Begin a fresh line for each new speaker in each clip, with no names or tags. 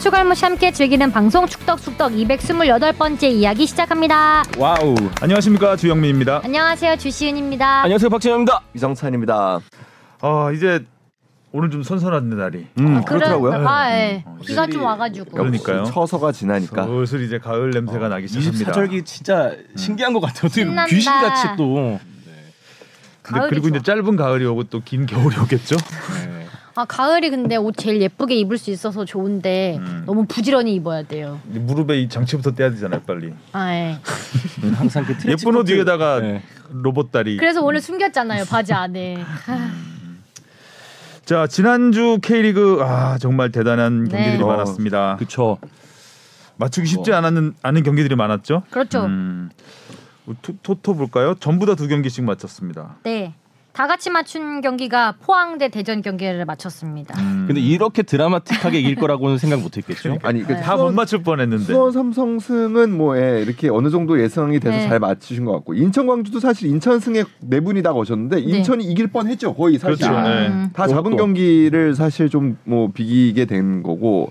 추갈무시 함께 즐기는 방송 축덕축덕 228번째 이야기 시작합니다.
와우. 안녕하십니까 주영민입니다.
안녕하세요. 주시은입니다.
안녕하세요 박지현입니다.
이성찬입니다.
아 이제 오늘 좀 선선한 날이.
음,
그래-
그렇더라고요.
아, 예.
어,
비가 좀
확실히
와가지고.
역시 그러니까요.
처서가 지나니까.
슬슬 이제 가을 어, 냄새가 나기 시작합니다.
24절기 음. 진짜 신기한 것 같아요. 어떻게
신난다.
귀신같이 또
근데
가을이
그리고 이제
좋아.
짧은 가을이 오고 또 긴 겨울이 오겠죠?
아 가을이 근데 옷 제일 예쁘게 입을 수 있어서 좋은데
음.
너무 부지런히 입어야 돼요.
이제 무릎에 이 장치부터 떼야 되잖아요, 빨리.
아, 예.
항상 그 트렌치
예쁜 옷
코트-
위에다가
네.
로봇 다리.
그래서 오늘 숨겼잖아요 바지 안에. 아,
자 지난주 K리그 아 정말 대단한
네.
경기들이
어,
많았습니다.
아. 그쵸.
맞추기 쉽지 않은 않은 경기들이 많았죠.
그렇죠.
음, 토, 토토 볼까요? 전부 다 두 경기씩 맞췄습니다.
네. 다 같이 맞춘 경기가 포항대 대전 경기를 마쳤습니다.
음.
근데 이렇게 드라마틱하게 이길 거라고는 생각 못했겠죠.
아니
네.
그
다 못
수원-
맞출 뻔했는데.
수원 삼성승은 뭐 예, 이렇게 어느 정도 예상이 돼서
네.
잘 맞추신 것 같고 인천 광주도 사실 인천 승에 네 분이 다 오셨는데 인천이 이길 뻔했죠 거의 사실
그렇죠. 네.
음.
다 잡은
그것도.
경기를 사실 좀 뭐 비기게 된 거고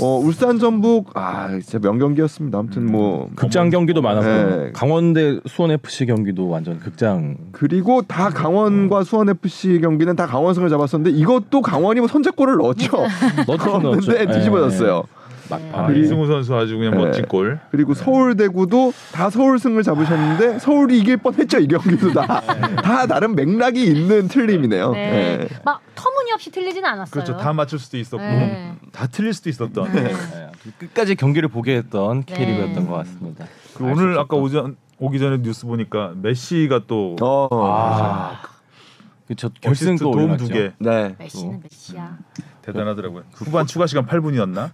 어, 울산 전북 아 진짜 명경기였습니다 아무튼 뭐
극장 경기도 많았고
네.
강원대 수원 FC 경기도 완전 극장.
그리고 다 강원과 수원 FC 경기는 다 강원승을 잡았었는데 이것도 강원이 뭐 선제골을 넣었죠
넣었죠, 넣었죠.
넣었는데
네.
뒤집어졌어요
아,
막판.
그리고-
이승우 선수 아주 그냥
네.
멋진 골.
그리고 서울대구도 다 서울승을
아.
잡으셨는데 서울이 이길 뻔했죠 이 경기도 다
네.
다 나름 맥락이 있는 틀림이네요.
네.
네.
막 터무니없이 틀리진 않았어요.
그렇죠. 다 음. 맞출 수도 있었고
네.
다 틀릴 수도 있었던.
네.
그 끝까지 경기를 보게 했던
네.
K리그였던 것 같습니다.
그
알수
오늘
없었다.
아까 오전 오기 전에 뉴스 보니까 메시가 또
어.
아, 그저 결승
어시스트
골
도움
올랐죠.
두 개
네.
메시는 메시야.
대단하더라고요. 후반 추가 시간 8분이었나?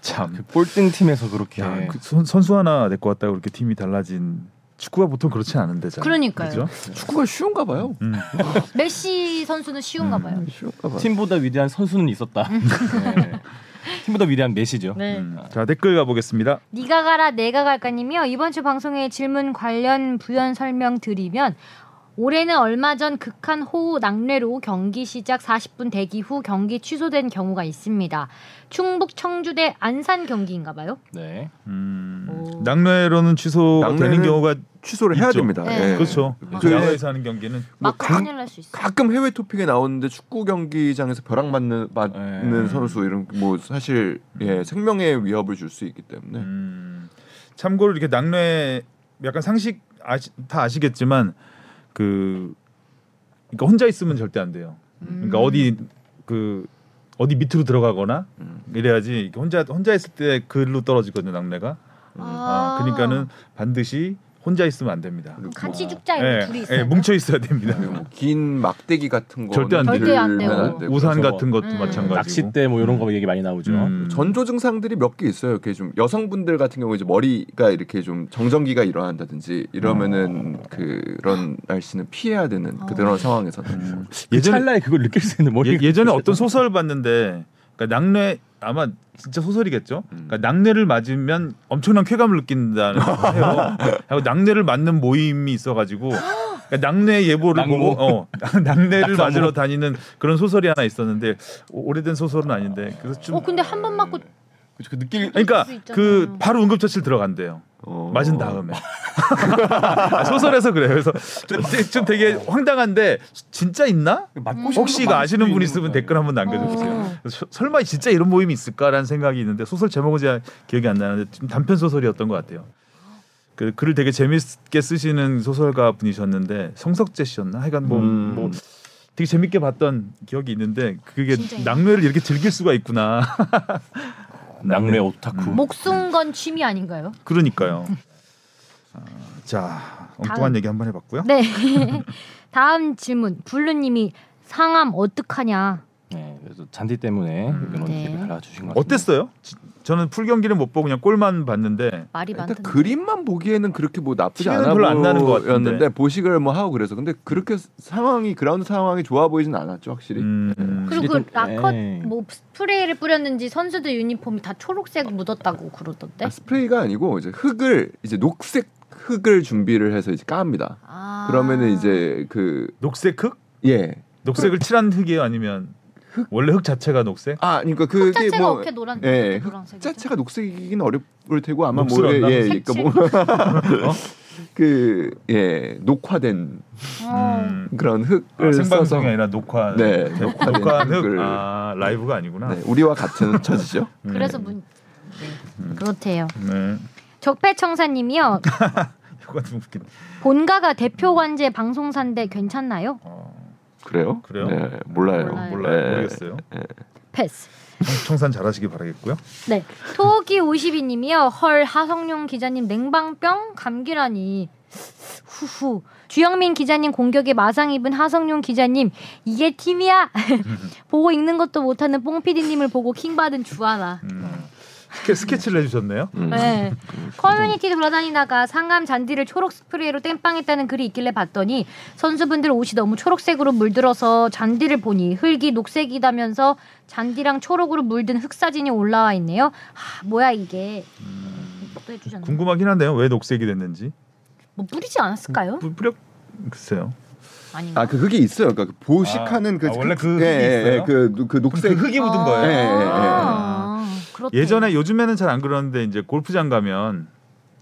참.
그 꼴등 팀에서 그렇게.
야, 그 선, 선수 하나 데리고 왔다고 이렇게 팀이 달라진 축구가 보통 그렇지 않은데 잘.
그러니까요.
그죠?
축구가 쉬운가 봐요.
메시 선수는
음.
쉬운가 봐요.
음. 쉬운가 봐요.
팀보다 위대한 선수는 있었다. 네. 팀보다 위대한 메시죠.
음. 네.
음. 자 댓글 가보겠습니다.
니가 가라 내가 갈까님이요 이번 주 방송에 질문 관련 부연 설명 드리면 올해는 얼마 전 극한 호우 낙뢰로 경기 시작 40분 대기 후 경기 취소된 경우가 있습니다. 충북 청주대 안산 경기인가봐요.
네.
오.
음, 낙뢰로는 취소되는
낙뢰는
경우가
취소를 해야
있죠.
됩니다.
네.
예.
그렇죠.
그-
야외에서 하는 경기는
뭐
막
강-
큰일 날 수 있어.
가끔 해외 토픽에 나오는데 축구 경기장에서 벼락 맞는 맞는
네.
선수 이런 뭐 사실 예, 생명의 위협을 줄 수 있기 때문에
음, 참고로 이렇게 낙뢰 약간 상식 아시, 다 아시겠지만 그 그러니까 혼자 있으면 절대 안 돼요. 그러니까
음.
어디 그 어디 밑으로 들어가거나 이래야지 이렇게 혼자 혼자 있을 때 글로 떨어지거든요 낙뢰가. 아, 그러니까는 반드시 혼자 있으면 안 됩니다.
그럼 같이 죽자 이거
예,
둘이 있어요.
예, 뭉쳐 있어야 됩니다.
네, 뭐긴 막대기 같은 거
절대 안 돼요.
절대 안 돼요.
우산
그래서
같은 것도
음.
마찬가지고.
낚싯대 뭐 이런 거 얘기 많이 나오죠.
음.
전조 증상들이 몇 개 있어요. 이렇게 좀 여성분들 같은 경우 이제 머리가 이렇게 좀 정전기가 일어난다든지 이러면은 그런 날씨는 피해야 되는 그런 상황에서는
예전에
예전에
찰나에 그걸 느낄 수 있는 머리.
예, 예전에 어떤 소설 봤는데 그러니까 낙뢰 아마 진짜 소설이겠죠. 그러니까 낙뢰를 맞으면 엄청난 쾌감을 느낀다는 거 해요. 그리고 낙뢰를 맞는 모임이 있어가지고 그러니까 낙뢰 예보를
낙모?
보고 어, 낙뢰를 맞으러 다니는 그런 소설이 하나 있었는데 오, 오래된 소설은 아닌데 그래서 좀
어 근데 한 번 맞고
그- 그 느낄
그러니까
수 있잖아.
그 바로 응급처치를 들어간대요.
어.
맞은 다음에 아, 소설에서 그래요. 그래서 좀, 되게- 좀 되게 황당한데 진짜 있나?
맞고 싶은
혹시 이거
거
아시는
맞을
분
수 있는
있으면
거예요.
댓글 한번 남겨주세요.
어.
서- 설마 진짜 이런 모임이 있을까라는 생각이 있는데 소설 제목은 제가 기억이 안 나는데 좀 단편 소설이었던 것 같아요. 그 글을 되게 재밌게 쓰시는 소설가 분이셨는데 성석재 씨였나? 하여간 뭐,
음.
뭐 되게 재밌게 봤던 기억이 있는데 그게
진짜 있네.
낙뢰를 이렇게 즐길 수가 있구나.
낙뢰 오타쿠.
음.
목숨 건 취미 아닌가요?
그러니까요. 아, 자 엉뚱한
다음.
얘기 한번 해봤고요.
네. 다음 질문 블루님이 상암 어떡하냐?
네, 그래서 잔디 때문에 이런
네.
댓글 달아주신 것
음.
같아요.
어땠어요? 지- 저는 풀 경기는 못 보고 그냥 골만 봤는데
말이 많던데.
일단 그림만 보기에는 그렇게 뭐 나쁘지
티는
않아
별로 안 나는 것 같은데.
보였는데 보식을 뭐 하고 그래서 근데 그렇게 상황이 그라운드 상황이 좋아 보이진 않았죠 확실히
음,
그리고
이게
그
좀-
라컷
에이.
뭐 스프레이를 뿌렸는지 선수들 유니폼이 다 초록색 묻었다고 그러던데.
아, 스프레이가 아니고 이제 흙을 이제 녹색 흙을 준비를 해서 이제 깝니다
아.
그러면은 이제 그
녹색 흙?
예.
녹색을 칠한 흙이에요 아니면 원래 흙 자체가 녹색?
아, 그러니까
흙
그게
자체가
뭐
어떻게 노란
예, 흙
노란색이죠?
자체가 녹색이긴 어렵을 테고 아마 뭐
녹슬었나?
예, 그러니까
어?
뭐그예 녹화된
어.
음.
그런 흙을
아,
써서
생방송이 아니라 녹화.
네, 녹화된
녹화한 흙.
흙을.
아 라이브가 아니구나.
네, 우리와 같은 처지죠.
그래서 문 네. 그렇대요.
네.
적폐청사님이요.
이거 좀 웃긴.
본가가 대표 관제 방송사인데 괜찮나요?
어,
그래요?
그래요?
네, 몰라요.
몰라요.
몰라요.
네.
모르겠어요.
패스.
청산 잘하시길 바라겠고요.
네. 토기 52님이요. 헐 하성룡 기자님 냉방병 감기라니. 후후. 주영민 기자님 공격에 마상 입은 하성룡 기자님 이게 팀이야. 보고 읽는 것도 못하는 뽕 PD님을 보고 킹 받은 주하나.
음. 스케, 스케치를 해주셨네요.
음.
네. 커뮤니티 돌아다니다가 상암 잔디를 초록 스프레이로 땜빵했다는 글이 있길래 봤더니 선수분들 옷이 너무 초록색으로 물들어서 잔디를 보니 흙이 녹색이다면서 잔디랑 초록으로 물든 흙 사진이 올라와 있네요. 하, 뭐야 이게? 또 해주셨네.
음. 궁금하긴 한데요. 왜 녹색이 됐는지.
뭐 뿌리지 않았을까요?
뿌- 뿌려 글쎄요.
아닌가?
아, 그 흙이 있어요. 그러니까 그 보식하는
아,
그
아, 원래 그 흙이
예, 예,
있어요?
그, 노- 그 녹색
그럼 그 흙이 묻은
아,
거예요.
예, 예, 예.
그렇대.
예전에 요즘에는 잘 안 그러는데 이제 골프장 가면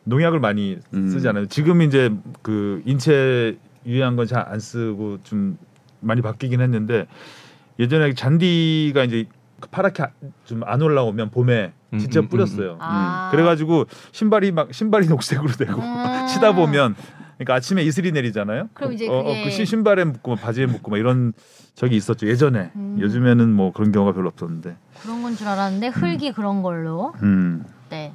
농약을 많이
음.
쓰잖아요. 지금 이제 그 인체 유해한 건 잘 안 쓰고 좀 많이 바뀌긴 했는데 예전에 잔디가 이제 그 파랗게 아, 좀 안 올라오면 봄에
음,
진짜
음, 음,
뿌렸어요.
아.
그래가지고 신발이 막 신발이 녹색으로 되고
음.
치다 보면 그러니까 아침에 이슬이 내리잖아요.
그럼 이제
어, 어,
그게-
그 시- 신발에 묻고 바지에 묻고 막 이런 적이 있었죠 예전에.
음.
요즘에는 뭐 그런 경우가 별로 없었는데.
그런 건 줄 알았는데 흙이 그런 걸로.
음.
네.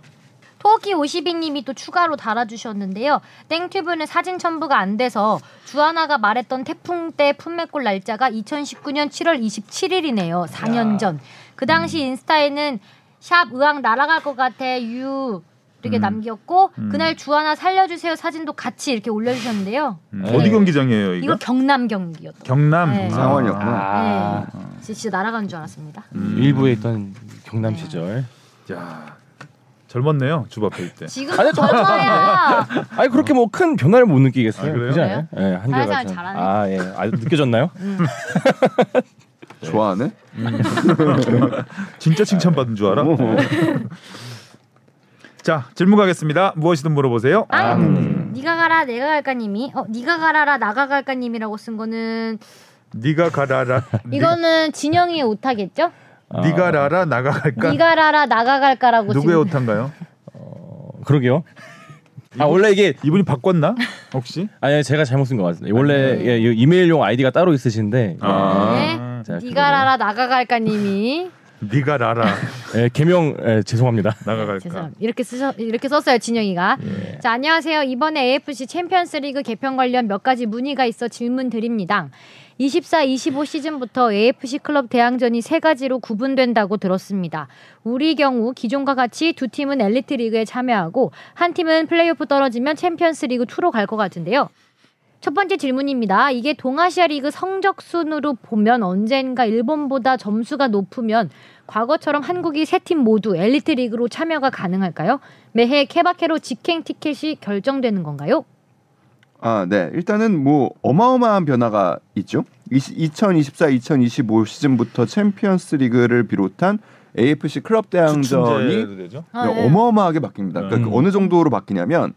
토끼 오시비님이 또 추가로 달아주셨는데요. 땡튜브는 사진 첨부가 안 돼서 주하나가 말했던 태풍 때 품맥골 날짜가 2019년 7월 27일이네요. 4년
야.
전. 그 당시 인스타에는 샵 의왕 날아갈 것 같아 유 이렇게
음.
남겼고
음.
그날 주하나 살려주세요 사진도 같이 이렇게 올려주셨는데요.
음.
네.
어디 경기장이에요 이거?
이거 경남 경기였던. 거.
경남
네.
상황이었구나.
아,
네. 진짜 날아간 줄 알았습니다.
음.
일부에 있던 경남
네.
시절.
야 젊었네요 주바페이 때.
지금
아니, 또
젊어야
아니 그렇게 뭐 큰 변화를 못 느끼겠어요.
아, 그래요?
그렇지 않아요? 예,
사회생활
한결같이.
잘하네.
아 예, 아 느껴졌나요?
좋아하네?
진짜 칭찬받은 줄 알아? 자 질문 가겠습니다. 무엇이든 물어보세요.
아,
음.
니가 가라 내가 갈까님이 어 니가 가라라 나가 갈까님이라고 쓴 거는
네가 가라라.
이거는 진영이의 오타겠죠?
네, 네가 라라 나가갈까?
니가 가라라 나가 갈까라고
그러니까 누구의
지금
오탄가요?
어, 그러게요. 아 원래 이게
이분이 바꿨나? 혹시?
아니 예, 제가 잘못 쓴 것 같습니다.
아, 네.
원래 예, 이 이메일용 아이디가 따로 있으신데
아.
네.
자,
니가 가라라 나가 갈까님이
네가 라라
예, 개명 예, 죄송합니다.
나가갈까?
죄송합니다. 이렇게 쓰셔 이렇게 썼어요 진영이가. 자 안녕하세요. 이번에 AFC 챔피언스리그 개편 관련 몇 가지 문의가 있어 질문 드립니다. 24, 25 시즌부터 AFC 클럽 대항전이 세 가지로 구분된다고 들었습니다. 우리 경우 기존과 같이 두 팀은 엘리트 리그에 참여하고 한 팀은 플레이오프 떨어지면 챔피언스리그 2로 갈 것 같은데요. 첫 번째 질문입니다. 이게 동아시아 리그 성적 순으로 보면 언젠가 일본보다 점수가 높으면 과거처럼 한국이 세 팀 모두 엘리트 리그로 참여가 가능할까요? 매해 케바케로 직행 티켓이 결정되는 건가요?
아, 네. 일단은 뭐 어마어마한 변화가 있죠. 2024-2025 시즌부터 챔피언스 리그를 비롯한 AFC 클럽 대항전이 네,
추첨제도 되죠?
어마어마하게 바뀝니다. 그러니까
음.
그 어느 정도로 바뀌냐면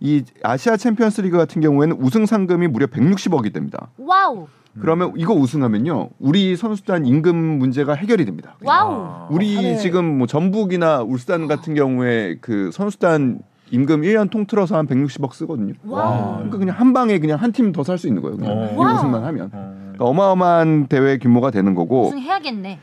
이 아시아 챔피언스 리그 같은 경우에는 우승 상금이 무려 160억이 됩니다.
와우,
그러면
음.
이거 우승하면요. 우리 선수단 임금 문제가 해결이 됩니다.
와우.
우리
아, 네.
지금 뭐 전북이나 울산 같은 경우에 그 선수단 임금 1년 통틀어서 한 160억 쓰거든요.
와우. 아, 네.
그러니까 그냥 한 방에 그냥 한 팀 더 살 수 있는 거예요. 그냥
어.
이
와우.
우승만 하면.
어.
그러니까 어마어마한 대회 규모가 되는 거고.
우승해야겠네.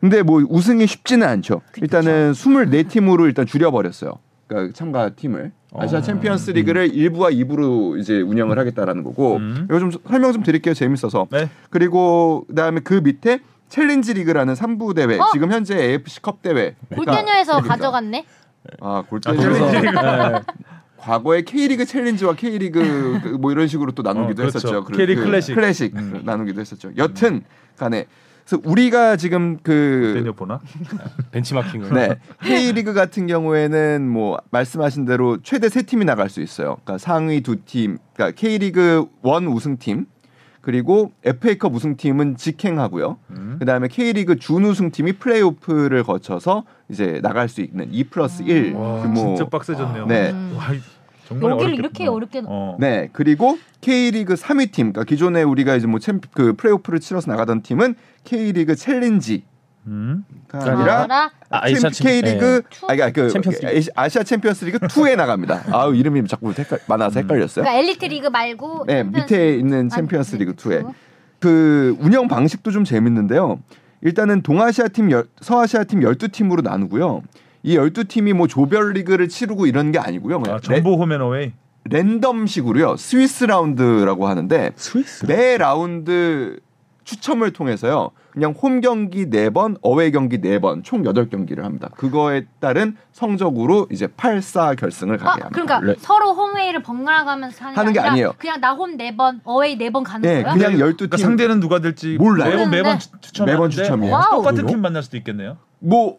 근데 뭐 우승이 쉽지는 않죠. 일단은 24팀으로 일단 줄여버렸어요. 그러니까 참가 팀을
어.
아시아 챔피언스 리그를 일부와이부로 이제 운영을 하겠다라는 거고.
음.
이거 좀 설명 좀 드릴게요. 재밌어서.
네.
그리고 그다음에 그 밑에 챌린지 리그라는 3부 대회,
어? 네.
지금 현재 AFC 컵 대회.
골대녀에서
그러니까.
가져갔네.
아, 네.
그래서
골대녀에서 과거에 K리그 챌린지와 K리그 그뭐 이런 식으로 또 나누기도
어, 그렇죠.
했었죠. 그-
K리그
그
클래식.
클래식
음.
나누기도 했었죠. 여튼 간에 그래서 우리가 지금 그
대녀 보나?
벤치마킹을.
네. K리그 같은 경우에는 뭐 말씀하신 대로 최대 세팀이 나갈 수 있어요. 그러니까 상위 두 팀, 그러니까 K리그 원 우승팀 그리고 FA컵 우승팀은 직행하고요. 그다음에 K리그 준우승팀이 플레이오프를 거쳐서 이제 나갈 수 있는 2 플러스 1
음. 와
규모.
진짜 빡세졌네요.
네.
음.
와, 이- 정말
여기를
어렵게
이렇게 어렵게
어.
네, 그리고 K리그 3위 팀, 그러니까 기존에 우리가 이제 뭐챔그 플레이오프를 치러서 나가던 팀은 K리그 챌린지가
음.
그러니까 아니라
나와라.
아,
챔-
아시아 챔-
K리그
투?
아니 그러니까 그
챔피언스 리그.
아시- 아시아 챔피언스 리그 2에 나갑니다. 아, 이름이 자꾸 헷갈, 많아서 헷갈렸어요.
그러니까 엘리트 리그 말고
네,
챔피언스
밑에 있는
아,
챔피언스 리그
챔피언스
2에 그 운영 방식도 좀 재밌는데요. 일단은 동아시아 팀, 열- 서아시아 팀 12팀으로 나누고요. 이 12팀이 뭐 조별 리그를 치르고 이런 게 아니고요. 그냥
아, 정보 홈앤어웨이.
레- 랜덤식으로요. 스위스 라운드라고 하는데
스위스.
매 라운드 추첨을 통해서요. 그냥 홈 경기 4번, 어웨이 경기 4번, 총 8경기를 합니다. 그거에 따른 성적으로 이제 8사 결승을
아,
가게 합니다.
그러니까
네.
레-
서로 홈웨이를 번갈아 가면서 하는,
하는 게
아니라
아니에요.
그냥 나 홈 네 번, 어웨이 네 번 가는
네,
거야?
그냥 12팀
그러니까 상대는 누가 될지
몰라요.
매번 매번
모르는데.
추- 추첨하는데
매번 추첨이에요.
와우.
똑같은
그래요?
팀 만날 수도 있겠네요.
뭐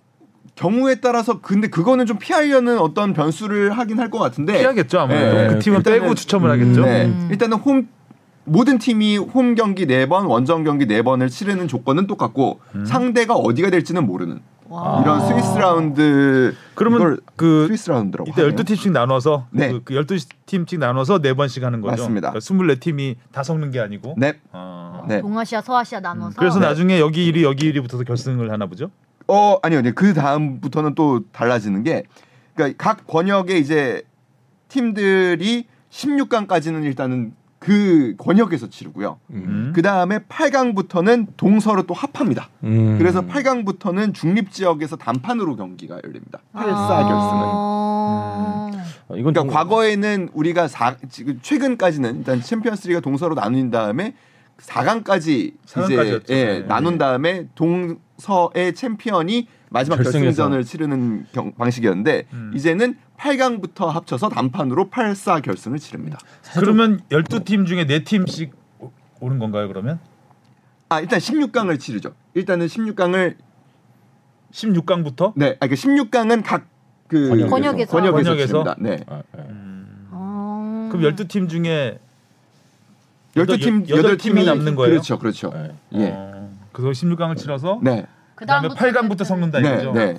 경우에 따라서 근데 그거는 좀 피하려는 어떤 변수를 하긴 할 것 같은데
피하겠죠 아무래도
네.
그 팀은
일단은-
빼고 추첨을
음,
하겠죠.
네.
음.
일단은 홈 모든 팀이 홈 경기 4번, 원정 경기 4번을 치르는 조건은 똑같고
음.
상대가 어디가 될지는 모르는
와.
이런 스위스 라운드
아. 그러면
이걸
그
스위스 라운드라고
이때
하네요.
12팀씩 나눠서
네.
그, 그 12팀씩 나눠서 네 번씩 하는 거죠.
맞습니다.
그러니까 24팀이 다 섞는 게 아니고.
네.
어.
네.
동아시아, 서아시아 나눠서
음, 그래서 나중에 여기 1위 여기 1위 붙어서 결승을 하나 보죠.
어 아니요 이제 그 다음부터는 또 달라지는 게 그러니까 각 권역의 이제 팀들이 16강까지는 일단은 그 권역에서 치르고요.
음.
그 다음에 8강부터는 동서로 또 합합니다.
음.
그래서 8강부터는 중립 지역에서 단판으로 경기가 열립니다. 8사 결승은.
아.
어, 이건
그러니까
좀-
과거에는 우리가 사, 지금 최근까지는 일단 챔피언스리가 동서로 나눈 다음에 4강까지 이제
사강까지였죠.
예,
네.
나눈 다음에 동서의 챔피언이 마지막
결승에서.
결승전을 치르는 경- 방식이었는데
음.
이제는 8강부터 합쳐서 단판으로 8사 결승을 치릅니다.
그러면 12팀 중에 4팀씩 오는 건가요, 그러면?
아 일단 16강을 치르죠. 일단은 16강을
음.
16강부터?
네, 아, 그 16강은 각그
권역에서.
권역에서
권역에서.
칩니다. 네,
아, 예.
아.
그럼 12팀 중에
열두 팀
여덟
여덟
팀이
팀이
남는 거예요?
그렇죠, 그렇죠.
네.
예,
어, 그래서 16강을 치러서
네,
그다음에 8강부터 섞는다
네,
이거죠.
네.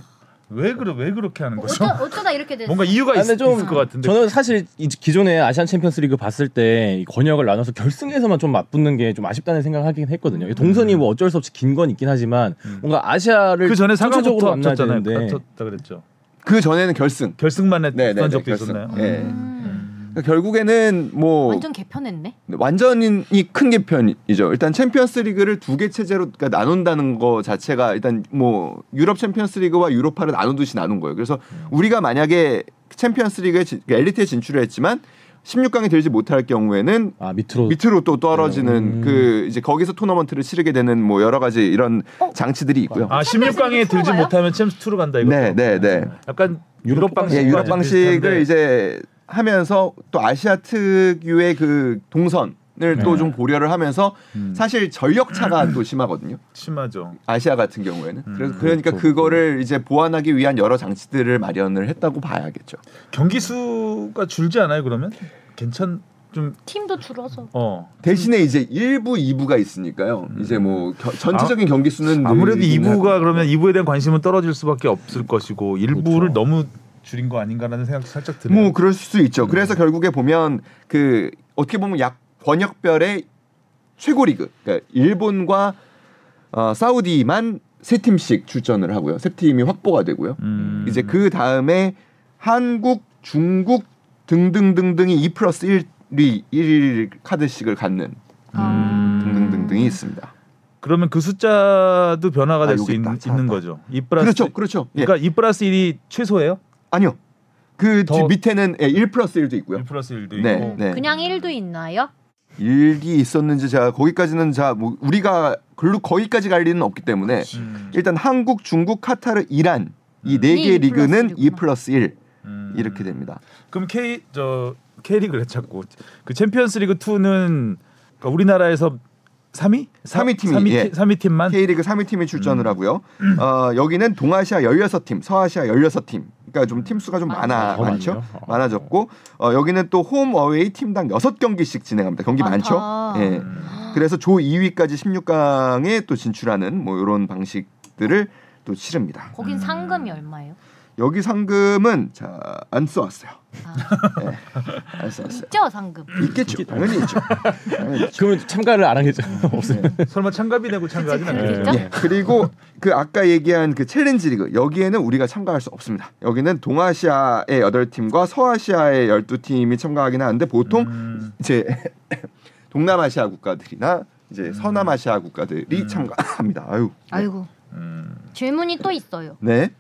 왜 그러 왜 그렇게 하는 거죠?
뭐 어쩌, 어쩌다 이렇게 됐어?
뭔가 이유가
아,
있,
근데 좀
있을 것 같은데.
저는 사실 이 기존에 아시안 챔피언스리그 봤을 때 이 권역을 나눠서 결승에서만 좀 맞붙는 게 좀 아쉽다는 생각을 하긴 했거든요. 이 동선이 뭐 어쩔 수 없이 긴 건 있긴 하지만 뭔가 아시아를
그 전에
전체적으로
상강부터
만나야
합쳤잖아요.
되는데
합쳤다 그랬죠.
그 전에는 결승.
결승만
네, 네,
했던
네,
적도
결승.
있었나요?
예.
음.
그러니까 결국에는 뭐
완전 개편했네.
완전... 히큰 개편이죠. 일단 챔피언스리그를 두 개 체제로 그러니까 나눈다는 거 자체가 일단 뭐 유럽 챔피언스리그와 유로파를 나누듯이 나눈 거예요. 그래서 우리가 만약에 챔피언스리그에 진- 그러니까 엘리트에 진출을 했지만 16강에 들지 못할 경우에는
아 밑으로
밑으로 또 떨어지는
음.
그 이제 거기서 토너먼트를 치르게 되는 뭐 여러 가지 이런
어?
장치들이 있고요.
아 16강에 들지
투어가요?
못하면 챔스 2로 간다 이거.
네, 네, 네.
약간
유럽
유럽
방식.
방식.
예, 유럽 방식을 이제 하면서 또 아시아 특유의 그 동선을
네.
또 좀 고려를 하면서
음.
사실 전력 차가 또 심하거든요.
심하죠.
아시아 같은 경우에는. 그래서
음,
그러니까
그렇죠.
그거를 이제 보완하기 위한 여러 장치들을 마련을 했다고 봐야겠죠.
경기 수가 줄지 않아요 그러면? 괜찮 좀
팀도 줄어서.
어.
대신에 이제 1부, 2부가 있으니까요. 이제 뭐 겨- 전체적인 경기 수는
음. 아무래도
늘긴
2부가 그러면 2부에 대한 관심은 떨어질 수밖에 없을 것이고 일부를 너무 줄인 거 아닌가라는 생각도 살짝 드네요.
그렇죠. 뭐 그럴 수 있죠. 그래서 결국에 보면 그 어떻게 보면 약 번역별의 최고 리그, 그러니까 일본과 어, 사우디만 세 팀씩 출전을 하고요. 세 팀이 확보가 되고요.
음.
이제 그 다음에 한국, 중국 등등등등이 2 플러스 1이 1 카드씩을 갖는
아.
음.
등등등등이 있습니다.
그러면 그 숫자도 변화가
아,
될
여기
수
있다.
있는,
찾았다.
있는 거죠. 2 플러스
그렇죠, 그렇죠. 예.
그러니까 2 플러스 1이 최소예요?
아니요. 그
더-
뒤 밑에는 예, 1 플러스 1도 있고요.
1 플러스 1도
네,
있고.
네.
그냥 1도 있나요?
일이 있었는지 제가 거기까지는 자 뭐 우리가 글로 거기까지 갈 일은 없기 때문에
음.
일단 한국, 중국, 카타르, 이란 이 네
음.
개의
이 플러스
리그는 2
일이구나.
플러스 1
음.
이렇게 됩니다.
그럼 K 저 K리그를 찾고 그 챔피언스리그 2는 그러니까 우리나라에서 3위?
삼위 팀이, 예.
3위 팀만
K리그 3위 팀이 출전을 하고요. 어, 여기는 동아시아 16팀, 서아시아 16팀. 그러니까 좀 팀수가 좀 많아
더
많죠.
많네요. 아.
많아졌고 어, 여기는 또 홈 어웨이 팀당 6경기씩 진행합니다. 경기
많다. 음.
많죠? 예. 그래서 조 2위까지 16강에 또 진출하는 뭐 이런 방식들을 또 치릅니다.
음.
거긴 상금이 얼마예요?
여기 상금은 자 안 써왔어요.
아.
네, 안 써왔어요.
있죠 상금.
있겠죠. 당연히 있죠. 당연히 있죠.
그러면 참가를 안 하겠죠. 없어요.
설마 창갑이 내고 참가하진
그치,
않겠죠?
그렇겠죠?
예. 그리고 그 아까 얘기한 그 챌린지 리그 여기에는 우리가 참가할 수 없습니다. 여기는 동아시아의 8팀과 서아시아의 12팀이 참가하긴 하는데 보통
음.
이제 동남아시아 국가들이나 이제 서남아시아 국가들이 참가합니다. 아유.
아이고
음.
질문이 또 있어요.
네.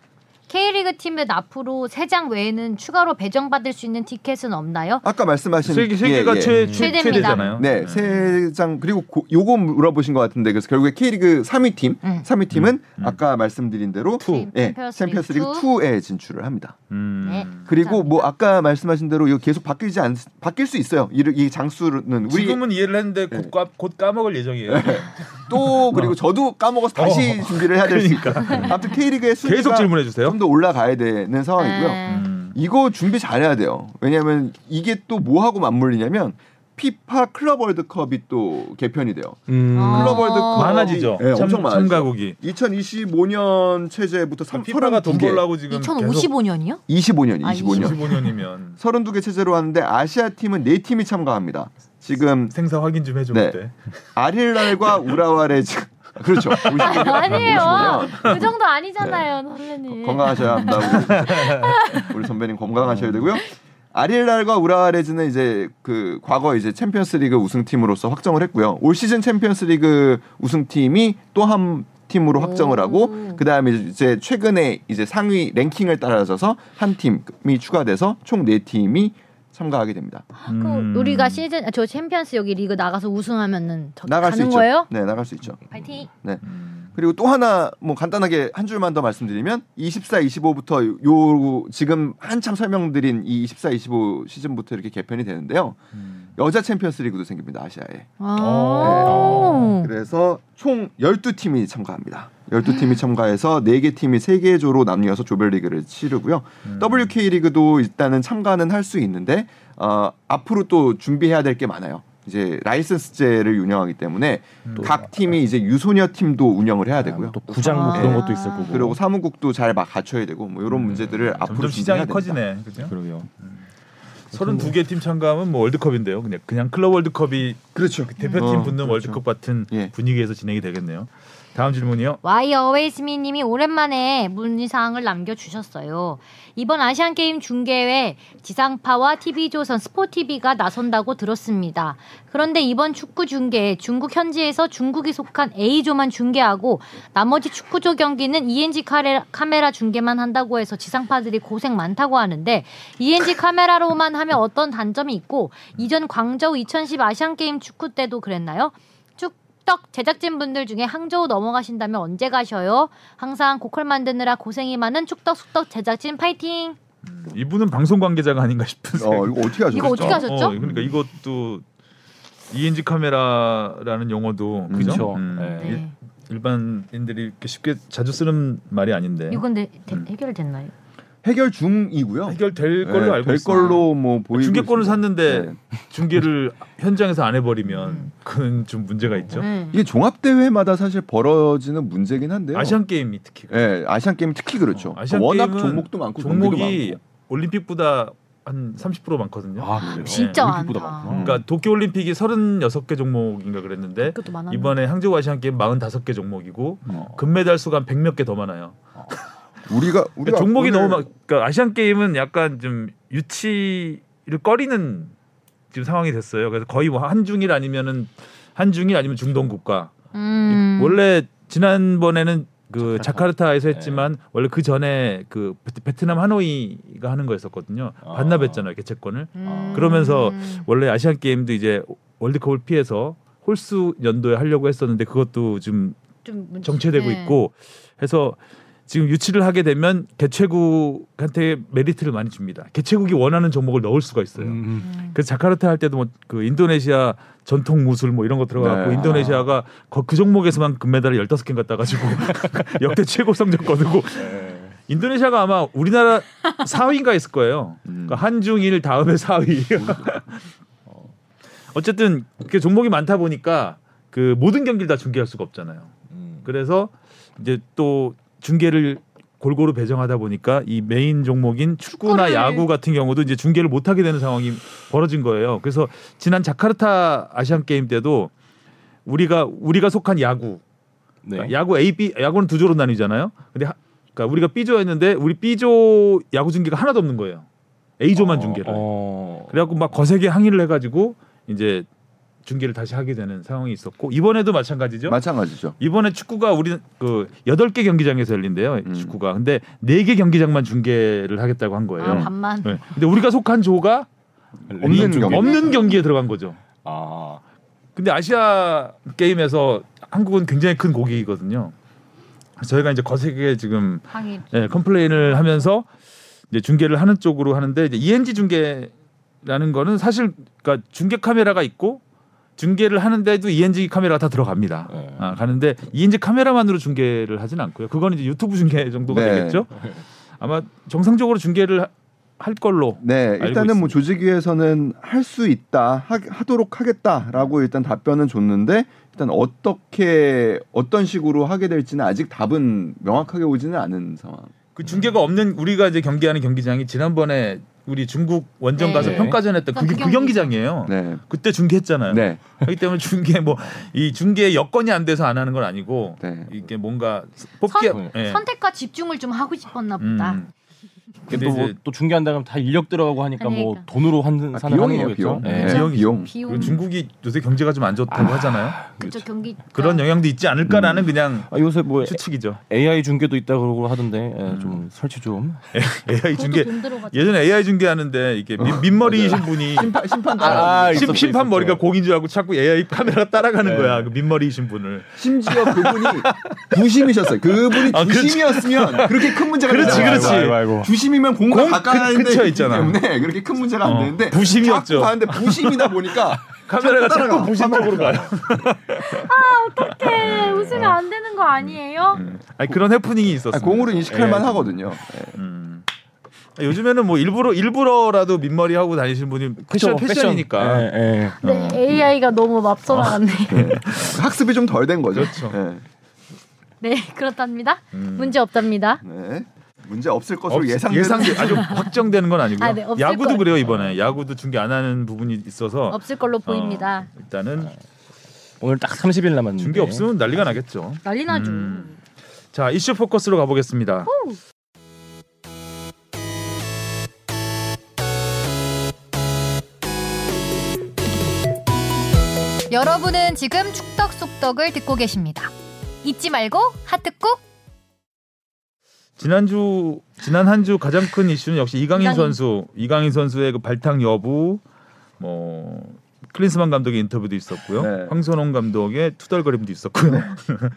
K리그 팀은 앞으로 세 장 외에는 추가로 배정받을 수 있는 티켓은 없나요?
아까 말씀하신
세계 세계가
예, 예.
최,
최대입니다.
최잖아요
네, 세 장 그리고 고, 요거 물어보신 것 같은데 그래서 결국에 K리그 3위 팀,
음.
3위 팀은 아까 말씀드린 대로
투.
예,
챔피언스
챔피언스
리그
리그 2에 진출을 합니다.
음.
네.
그리고
감사합니다.
뭐 아까 말씀하신 대로 이거 계속 바뀌지 않 바뀔 수 있어요. 이, 이 장수는 우리
지금은 이해를 했는데
예.
곧, 까, 곧 까먹을 예정이에요.
또 그리고 저도 까먹어서 다시 준비를 해야 될 수 있다. 아무튼 K리그의
그러니까. 네.
순위가
계속 질문해 주세요.
좀 더 올라가야 되는 상황이고요.
네.
음.
이거 준비 잘해야 돼요. 왜냐하면 이게 또 뭐하고 맞물리냐면 피파 클럽 월드컵이 또 개편이 돼요.
음.
아.
클럽 월드컵
많아지죠.
네,
참,
엄청 많아지죠.
참가국이.
2025년 체제부터 3
피파가 돈
32개.
벌라고 지금 계속
2055년이요?
25년이
아,
25년.
25년이면
32개 체제로 하는데 아시아 팀은 4팀이 참가합니다. 지금
생사 확인 좀 해줘
네.
그때.
아릴랄과 우라와레 지금 그렇죠. 50년.
아니에요.
50년.
그 정도 아니잖아요,
네.
선배님.
건강하셔야 합니다. 우리, 우리 선배님 건강하셔야 되고요. 아릴랄과 우라와레즈는 이제 그 과거 이제 챔피언스리그 우승팀으로서 확정을 했고요. 올 시즌 챔피언스리그 우승팀이 또 한 팀으로 확정을
오.
하고 그 다음에 이제 최근에 이제 상위 랭킹을 따라서 한 팀이 추가돼서 총 네 팀이 참가하게 됩니다.
그
음.
우리가 시즌 아, 저 챔피언스 여기 리그 나가서 우승하면은 저
나갈 수
가는
있죠.
거예요?
네, 나갈 수 있죠.
파이팅.
음.
그리고 또 하나 뭐 간단하게 한 줄만 더 말씀드리면 24, 25부터 요 지금 한참 설명드린 이 24, 25 시즌부터 이렇게 개편이 되는데요.
음.
여자 챔피언스리그도 생깁니다. 아시아에. 어.
아.
네. 그래서 총 12팀이 참가합니다. 12팀이 참가해서 4개 팀이 3개 조로 나뉘어서 조별리그를 치르고요. WK리그도 일단은 참가는 할 수 있는데 어, 앞으로 또 준비해야 될 게 많아요. 이제 라이선스제를 운영하기 때문에
음.
각 팀이 이제 유소녀 팀도 운영을 해야 되고요.
또 구장 뭐 그런
아.
것도 있을 거고.
그리고 사무국도 잘 막 갖춰야 되고 뭐 이런 문제들을 앞으로
음. 점점 시장이
준비해야
커지네.
된다.
그죠? 음.
그러게요.
32개 팀 참가하면 뭐 월드컵인데요. 그냥 그냥 클럽 월드컵이
그렇죠.
대표팀
어,
붙는 월드컵 같은
예.
분위기에서 진행이 되겠네요. 다음 질문이요.
와이 어웨이스미님이 오랜만에 문의사항을 남겨주셨어요. 이번 아시안게임 중계회 지상파와 TV조선 스포티비가 나선다고 들었습니다. 그런데 이번 축구 중계에 중국 현지에서 중국이 속한 A조만 중계하고 나머지 축구조 경기는 ENG 카레- 카메라 중계만 한다고 해서 지상파들이 고생 많다고 하는데 ENG 카메라로만 하면 어떤 단점이 있고 이전 광저우 2010 아시안게임 축구 때도 그랬나요? 축덕 제작진 분들 중에 항저우 넘어가신다면 언제 가셔요? 항상 고퀄 만드느라 고생이 많은 축덕 숙덕 제작진 파이팅.
이분은 방송 관계자가 아닌가 싶은 생각.
어, 이거 어떻게 하죠?
이거 어떻게
진짜?
하죠? 하셨죠?
그러니까 이것도 ENG 카메라라는 용어도 그죠?
그쵸.
음,
네.
일- 일반인들이 이렇게 쉽게 자주 쓰는 말이 아닌데
이건 데, 데,
음.
해결됐나요?
해결 중이고요.
해결될
네,
걸로 알고
될
있습니다.
걸로 뭐 보이고
중계권을
있습니다.
샀는데
네.
중계를 현장에서 안
음.
해버리면 그건 좀 문제가 있죠.
네.
이게 종합 대회마다 사실 벌어지는 문제긴 한데요.
아시안 게임이 특히.
예, 아시안 게임 특히 그렇죠.
어, 아시안
워낙
게임은
종목도 많고 종목이
종목이
많고.
올림픽보다 한 30% 많거든요.
아, 그래요?
진짜
올림픽보다
많다.
많구나.
그러니까 도쿄 올림픽이 36개 종목인가 그랬는데
이것도 많아.
이번에 항저우 아시안 게임 45개 종목이고
어.
금메달 수가 한 100몇 개 더 많아요.
우리가 우리가
그러니까 종목이
오늘-
너무 막 그러니까 아시안 게임은 약간 좀 유치를 꺼리는 지금 상황이 됐어요. 그래서 거의 뭐 한중일 아니면은 한중일 아니면 중동 국가.
음.
원래 지난번에는 그
자카르타. 네.
자카르타에서 했지만 원래 그 전에 그 베트- 베트남 하노이가 하는 거였었거든요.
아.
반납했잖아요 개최권을.
음.
그러면서 원래 아시안 게임도 이제 월드컵을 피해서 홀수 연도에 하려고 했었는데 그것도 지금
좀 문제-
정체되고
네.
있고 해서 지금 유치를 하게 되면 개최국한테 메리트를 많이 줍니다. 개최국이 원하는 종목을 넣을 수가 있어요.
음.
음.
그래서 자카르타 할 때도 뭐 그 인도네시아 전통 무술 뭐 이런 거 들어가고
네.
인도네시아가 거- 그 종목에서만 금메달을 15개 갖다 가지고 역대 최고 성적 거두고
네.
인도네시아가 아마 우리나라 4위인가 했을 거예요.
음.
그러니까 한중일 다음에 4위. 어쨌든 그 종목이 많다 보니까 그 모든 경기를 다 중계할 수가 없잖아요.
음.
그래서 이제 또 중계를 골고루 배정하다 보니까 이 메인 종목인 축구나
축구를.
야구 같은 경우도 이제 중계를 못 하게 되는 상황이 벌어진 거예요. 그래서 지난 자카르타 아시안 게임 때도 우리가 우리가 속한 야구
네.
그러니까 야구 A, B 야구는 두 조로 나뉘잖아요. 근데 하- 그러니까 우리가 B조였는데 우리 B조 야구 중계가 하나도 없는 거예요. A조만 중계를. 해요.
어...
그래갖고 막 거세게 항의를 해가지고 이제 중계를 다시 하게 되는 상황이 있었고 이번에도 마찬가지죠.
마찬가지죠.
이번에 축구가 우리 그 여덟 개 경기장에서 열린대요.
음.
축구가. 근데 네 개 경기장만 중계를 하겠다고 한 거예요.
아 반만.
네. 근데 우리가 속한 조가
없는
랜덤
경기.
중계.
없는 경기에 들어간 거죠.
아.
근데 아시아 게임에서 한국은 굉장히 큰 고기거든요. 저희가 이제 거세게 지금
항의.
예, 컴플레인을 하면서 이제 중계를 하는 쪽으로 하는데 이제 E ENG 중계라는 거는 사실 그러니까 중계 카메라가 있고 중계를 하는데도 ENG 카메라가 다 들어갑니다.
네.
아, 가는데 ENG 카메라만으로 중계를 하진 않고요. 그건 이제 유튜브 중계 정도가
네.
되겠죠. 아마 정상적으로 중계를 하- 할 걸로
네,
알고
일단은
있습니다.
뭐 조직위에서는 할 수 있다, 하, 하도록 하겠다라고 일단 답변은 줬는데 일단 어떻게 어떤 식으로 하게 될지는 아직 답은 명확하게 오지는 않은 상황.
그 중계가 없는 우리가 이제 경기하는 경기장이 지난번에 우리 중국 원정
네.
가서 평가전 했던 그게
그
그
경기장.
경기장이에요.
네,
그때 중계했잖아요.
네,
그렇기 때문에 중계 뭐 이 중계 여건이 안 돼서 안 하는 건 아니고
네.
이게 뭔가 뽑기
선-
예.
선택과 아. 집중을 좀 하고 싶었나 보다.
음. 근데
근데 또, 뭐,
이제
또 중계한다면 다 인력 들어가고 하니까 뭐
그러니까.
돈으로 환, 사는
아,
하는
비용이에요,
거겠죠?
비용.
네.
네,
그렇죠.
비용.
비용.
그 중국이 요새 경제가 좀 안 좋다고 하잖아요.
그쪽 경기.
그런 영향도 있지 않을까라는 그냥
아, 요새 뭐
추측이죠.
AI 중계도 있다 그러고 하던데 예, 좀 설치 좀.
AI 중계
돈 들어가죠.
예전에 AI 중계하는데 이게 민, 민머리이신 분이
심판 심판
아,
심,
있었죠,
심판
있었죠.
머리가 공인 줄 알고 자꾸 AI 카메라 따라가는 거야. 그 민머리이신 분을.
심지어 그분이 부심이셨어요. 그분이
아, 그렇죠.
주심이었으면 그렇게 큰 문제가
그렇지,
되지 않아요.
그렇지.
아이고, 아이고, 아이고.
주심이면 공과
공
가까이
그-
하는데
근처에
있기
있잖아.
때문에 그렇게 큰 문제가
어,
안 되는데
부심이었죠.
자꾸 봤는데 부심이다 보니까
카메라가
자꾸
자꾸
따라가.
부신 쪽으로 가요. 예.
네,
어.
웃으면 안 되는 거 아니에요?
아니, 그런 해프닝이 있었어요.
아, 공으로 인식할
예.
만하거든요. 예.
음. 아, 요즘에는 뭐 일부러 일부러라도 민머리 하고 다니시는 분이 패션 패션이니까.
예, 예.
네,
어.
AI가 너무 앞서 나갔네.
학습이 좀 덜 된 거죠.
그렇죠.
예.
네, 그렇답니다.
음.
문제 없답니다.
네. 문제 없을 것으로
없-
예상되는
예상돼 아주 확정되는 건 아니고요.
아, 네, 없을
야구도
거예요.
그래요 이번에 야구도 중계 안 하는 부분이 있어서
없을 걸로 보입니다.
어,
아,
일단은
오늘 딱 30일 남았는데.
네.
중계 없으면 난리가 나겠죠.
난리 나죠.
음. 자 이슈 포커스로 가보겠습니다.
여러분은 지금 축덕 속덕을 듣고 계십니다. 잊지 말고 하트 꾹.
지난주 지난 한 주 가장 큰 이슈는 역시 이강인
이강인.
선수 이강인 선수의 그 발탁 여부 뭐 클린스만 감독의 인터뷰도 있었고요
네.
황선홍 감독의 투덜거림도 있었고요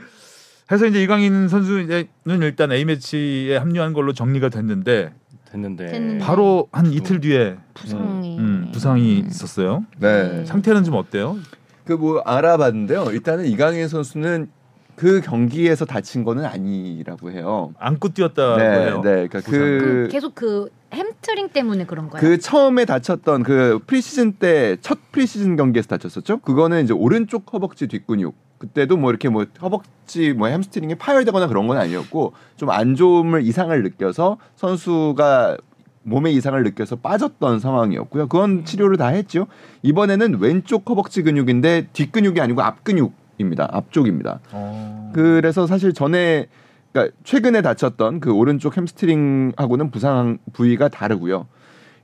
해서 이제 이강인 선수는 일단 A 매치에 합류한 걸로 정리가 됐는데
됐는데.
네.
됐는데.
바로 한 이틀 뒤에
부상이.
음, 부상이 있었어요
네.
상태는 좀 어때요?
그 뭐 알아봤는데요. 일단은 이강인 선수는 그 경기에서 다친 거는 아니라고 해요.
안고 뛰었다고
네,
해요.
네. 그러니까
아, 부상.
그
그,
계속 그 햄트링 때문에 그런 거예요.
그 처음에 다쳤던 그 프리시즌 때 첫 프리시즌 경기에서 다쳤었죠. 그거는 이제 오른쪽 허벅지 뒷근육. 그때도 뭐 이렇게 뭐 허벅지 뭐 햄스트링이 파열되거나 그런 건 아니었고 좀 안 좋음을 이상을 느껴서 선수가 몸에 이상을 느껴서 빠졌던 상황이었고요.
네.
그건 치료를 다 했죠. 이번에는 왼쪽 허벅지 근육인데 뒷근육이 아니고 앞근육입니다. 앞쪽입니다.
어.
그래서 사실 전에 그러니까 최근에 다쳤던 그 오른쪽 햄스트링하고는 부상 부위가 다르고요.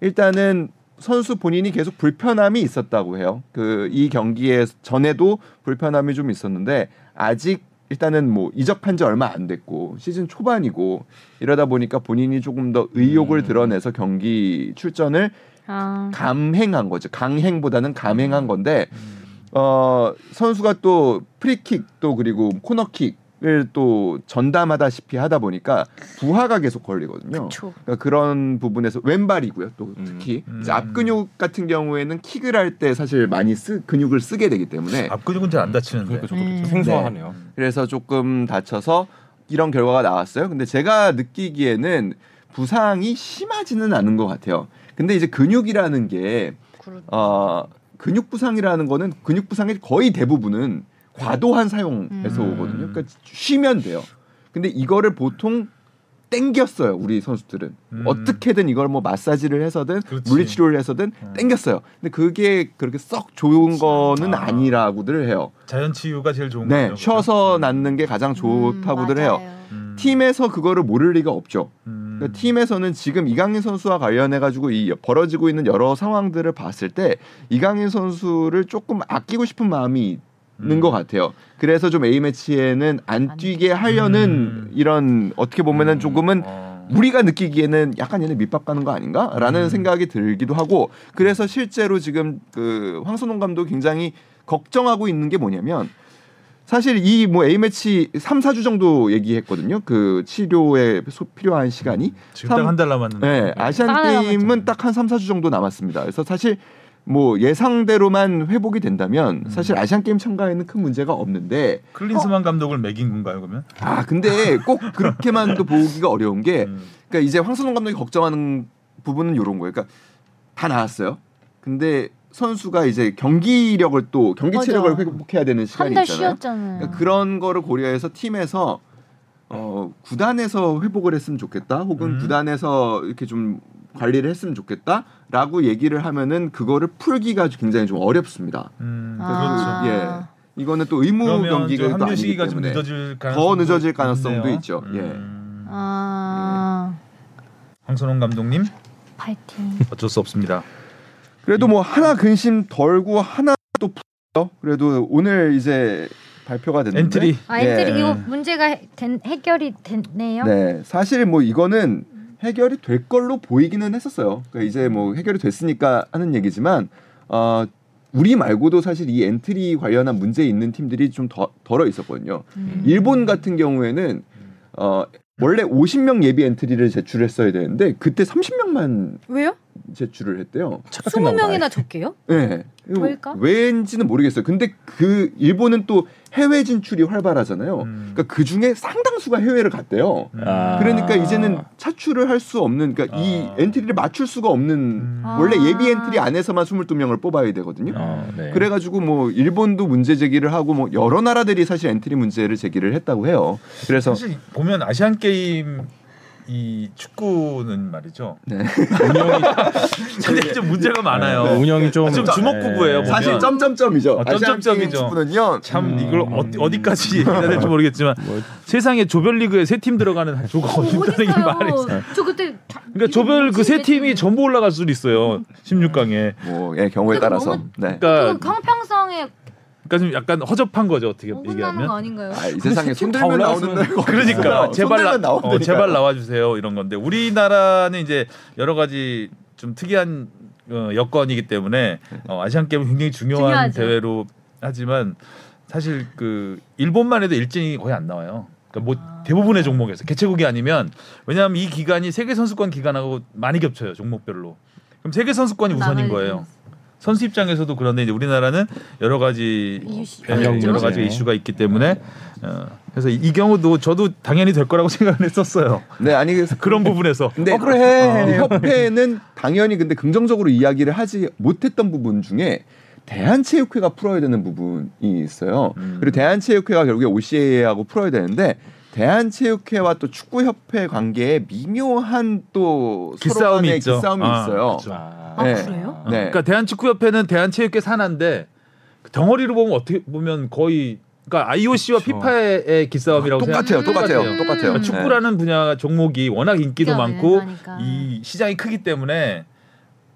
일단은 선수 본인이 계속 불편함이 있었다고 해요. 그 이 경기에 전에도 불편함이 좀 있었는데 아직 일단은 뭐 이적한 지 얼마 안 됐고 시즌 초반이고 이러다 보니까 본인이 조금 더 의욕을 드러내서 경기 출전을
아,
감행한 거죠. 강행보다는 감행한 건데 어 선수가 또 프리킥 또 그리고 코너킥을 또 전담하다시피 하다 보니까 부하가 계속 걸리거든요.
초.
그러니까 그런 부분에서 왼발이고요. 또
음.
특히
음.
이제 앞근육 같은 경우에는 킥을 할 때 사실 많이 쓰 근육을 쓰게 되기 때문에
앞 근육은 잘 안 다치는데.
그러니까 저도
음.
생소하네요.
그래서 조금 다쳐서 이런 결과가 나왔어요. 근데 제가 느끼기에는 부상이 심하지는 않은 것 같아요. 근데 이제 근육이라는 게
그렇-
음, 어, 근육 부상이라는 거는 근육 부상의 거의 대부분은 과도한 사용에서
음.
오거든요. 그러니까 쉬면 돼요. 근데 이거를 보통 땡겼어요 우리 선수들은
음.
어떻게든 이걸 뭐 마사지를 해서든
그렇지. 음.
물리치료를 해서든 땡겼어요. 근데 그게 그렇게 썩 좋은 거는
아.
아니라고들 해요.
자연 치유가 제일 좋은 거죠.
네,
그렇죠. 음,
쉬어서 낫는 게
음,
가장 좋다고들 해요. 팀에서 그거를 모를 리가 없죠. 그러니까 팀에서는 지금 이강인 선수와 관련해 가지고 이 벌어지고 있는 여러 상황들을 봤을 때 이강인 선수를 조금 아끼고 싶은 마음이 있는
음.
것 같아요. 그래서 좀 A 매치에는 안
안
뛰게 하려는
음.
이런 어떻게 보면은 조금은 우리가 느끼기에는 약간 얘네 밑밥 가는 거 아닌가라는
음.
생각이 들기도 하고 그래서 실제로 지금 그 황선홍 감독 굉장히 걱정하고 있는 게 뭐냐면 사실 이 뭐 A 매치 3, 4주 정도 얘기했거든요. 그 치료에 소- 필요한 시간이
지금 딱
삼-
한 달 남았는데.
네,
하나
아시안
남았잖아요.
게임은 딱 한 3, 4주 정도 남았습니다. 그래서 사실 뭐 예상대로만
음.
회복이 된다면 사실 아시안 게임 참가에는 큰 문제가 없는데
클린스만 감독을 매긴 건가요, 그러면?
아 근데 꼭 그렇게만도 보기가 어려운 게
음.
그러니까 이제 황선홍 감독이 걱정하는 부분은 이런 거예요. 그러니까 다 나았어요. 근데 선수가 이제 경기력을 또 경기
맞아.
체력을 회복해야 되는 시간이
한달
있잖아요.
쉬었잖아요.
그러니까 그런 거를 고려해서 팀에서 어, 구단에서 회복을 했으면 좋겠다. 혹은
음.
구단에서 이렇게 좀 관리를 했으면 좋겠다라고 얘기를 하면은 그거를 풀기가 굉장히 좀 어렵습니다.
음,
아.
그렇죠.
예. 이거는 또 의무
그러면
경기가
저
또
합류
아니기
시기가 좀
때문에
늦어질
더
가능성도
늦어질 가능성도
있네요.
있죠.
음.
아
예.
황선홍 감독님
파이팅.
어쩔 수 없습니다.
그래도 뭐 하나 근심 덜고 하나 또 풀죠. 그래도 오늘 이제 발표가 됐는데
엔트리.
아
예.
엔트리 이거 문제가 해- 된, 해결이 됐네요.
네, 사실 뭐 이거는 해결이 될 걸로 보이기는 했었어요. 그러니까 이제 뭐 해결이 됐으니까 하는 얘기지만 어, 우리 말고도 사실 이 엔트리 관련한 문제 있는 팀들이 좀 더, 덜어 있었거든요.
음.
일본 같은 경우에는 어, 원래 50명 예비 엔트리를 제출했어야 되는데 그때 30명만
왜요?
제출을 했대요.
착각했나 보다.
20명이나 적게요?
예. 이거
왜일까?
왠지는 모르겠어요. 근데 그 일본은 또 해외 진출이 활발하잖아요.
음.
그러니까 그 중에 상당수가 해외를 갔대요.
아.
그러니까 이제는 차출을 할 수 없는 그러니까 이
아.
엔트리를 맞출 수가 없는
음.
원래
아.
예비 엔트리 안에서만 22명을 뽑아야 되거든요.
어, 네.
그래 가지고 뭐 일본도 문제 제기를 하고 뭐 여러 나라들이 사실 엔트리 문제를 제기를 했다고 해요. 그래서
사실 보면 아시안 게임 이 축구는 말이죠.
네.
운영이 근데 좀 문제가 많아요.
네, 운영이 좀,
좀 주먹구구예요,
네.
보면.
사실 점점점이죠.
아,
아시안 게임
점점점이죠.
축구는요.
참 이걸 어디, 어디까지 얘기해야 될지 모르겠지만
뭐-
세상에 조별리그에 세 팀 들어가는 아, 조가 어디 있다는 게 말이 있어요.
저 그때 다-
그러니까 조별 그 세 팀이 전부 올라갈 수도 있어요. 16강에.
뭐 예, 경우에
그거
따라서.
그러니까 너무-
네.
그
그러니까
평평성에
그러니까 좀 약간 허접한 거죠 어떻게
어긋나는
그 얘기하면.
거 아닌가요?
아, 이 세상에
팀다
손들면
올라갔으면-
나오는 데가 없어요.
그러니까 제발 나,
손들면 나오는
어, 제발
데니까요.
나와 주세요 이런 건데 우리나라는 이제 여러 가지 좀 특이한 어, 여건이기 때문에 어, 아시안 게임 굉장히 중요한
중요하죠.
대회로 하지만 사실 그 일본만 해도 일진이 거의 안 나와요. 그러니까 뭐 대부분의 종목에서 개최국이 아니면 왜냐하면 이 기간이 세계 선수권 기간하고 많이 겹쳐요 종목별로. 그럼 세계 선수권이
나가야
우선인 거예요.
되겠어.
선수 입장에서도 그런데 이제 우리나라는 여러 가지
이슈.
예,
경쟁
여러 가지
문제.
이슈가 있기 때문에 어, 그래서 이 경우도 저도 당연히 될 거라고 생각을 했었어요.
네, 아니 그래서
그런 부분에서
근데
어,
어, 협회는 당연히 근데 긍정적으로 이야기를 하지 못했던 부분 중에 대한체육회가 풀어야 되는 부분이 있어요.
음.
그리고 대한체육회가 결국에 OCA하고 풀어야 되는데 대한체육회와 또 축구협회 관계에 미묘한 또 서로
기싸움이
간의
있죠.
기싸움이
아,
있어요.
그렇죠.
아,
아,
네.
그래요?
네.
그러니까 대한축구협회는 대한체육회 산하인데 그 덩어리로 보면 어떻게 보면 거의 그러니까 IOC와
그렇죠.
피파의 기싸움이라고
똑같아요,
생각-
똑같아요, 똑같아요. 네.
그러니까 축구라는 분야 종목이 워낙 인기도
인기가
많고
많으니까.
이 시장이 크기 때문에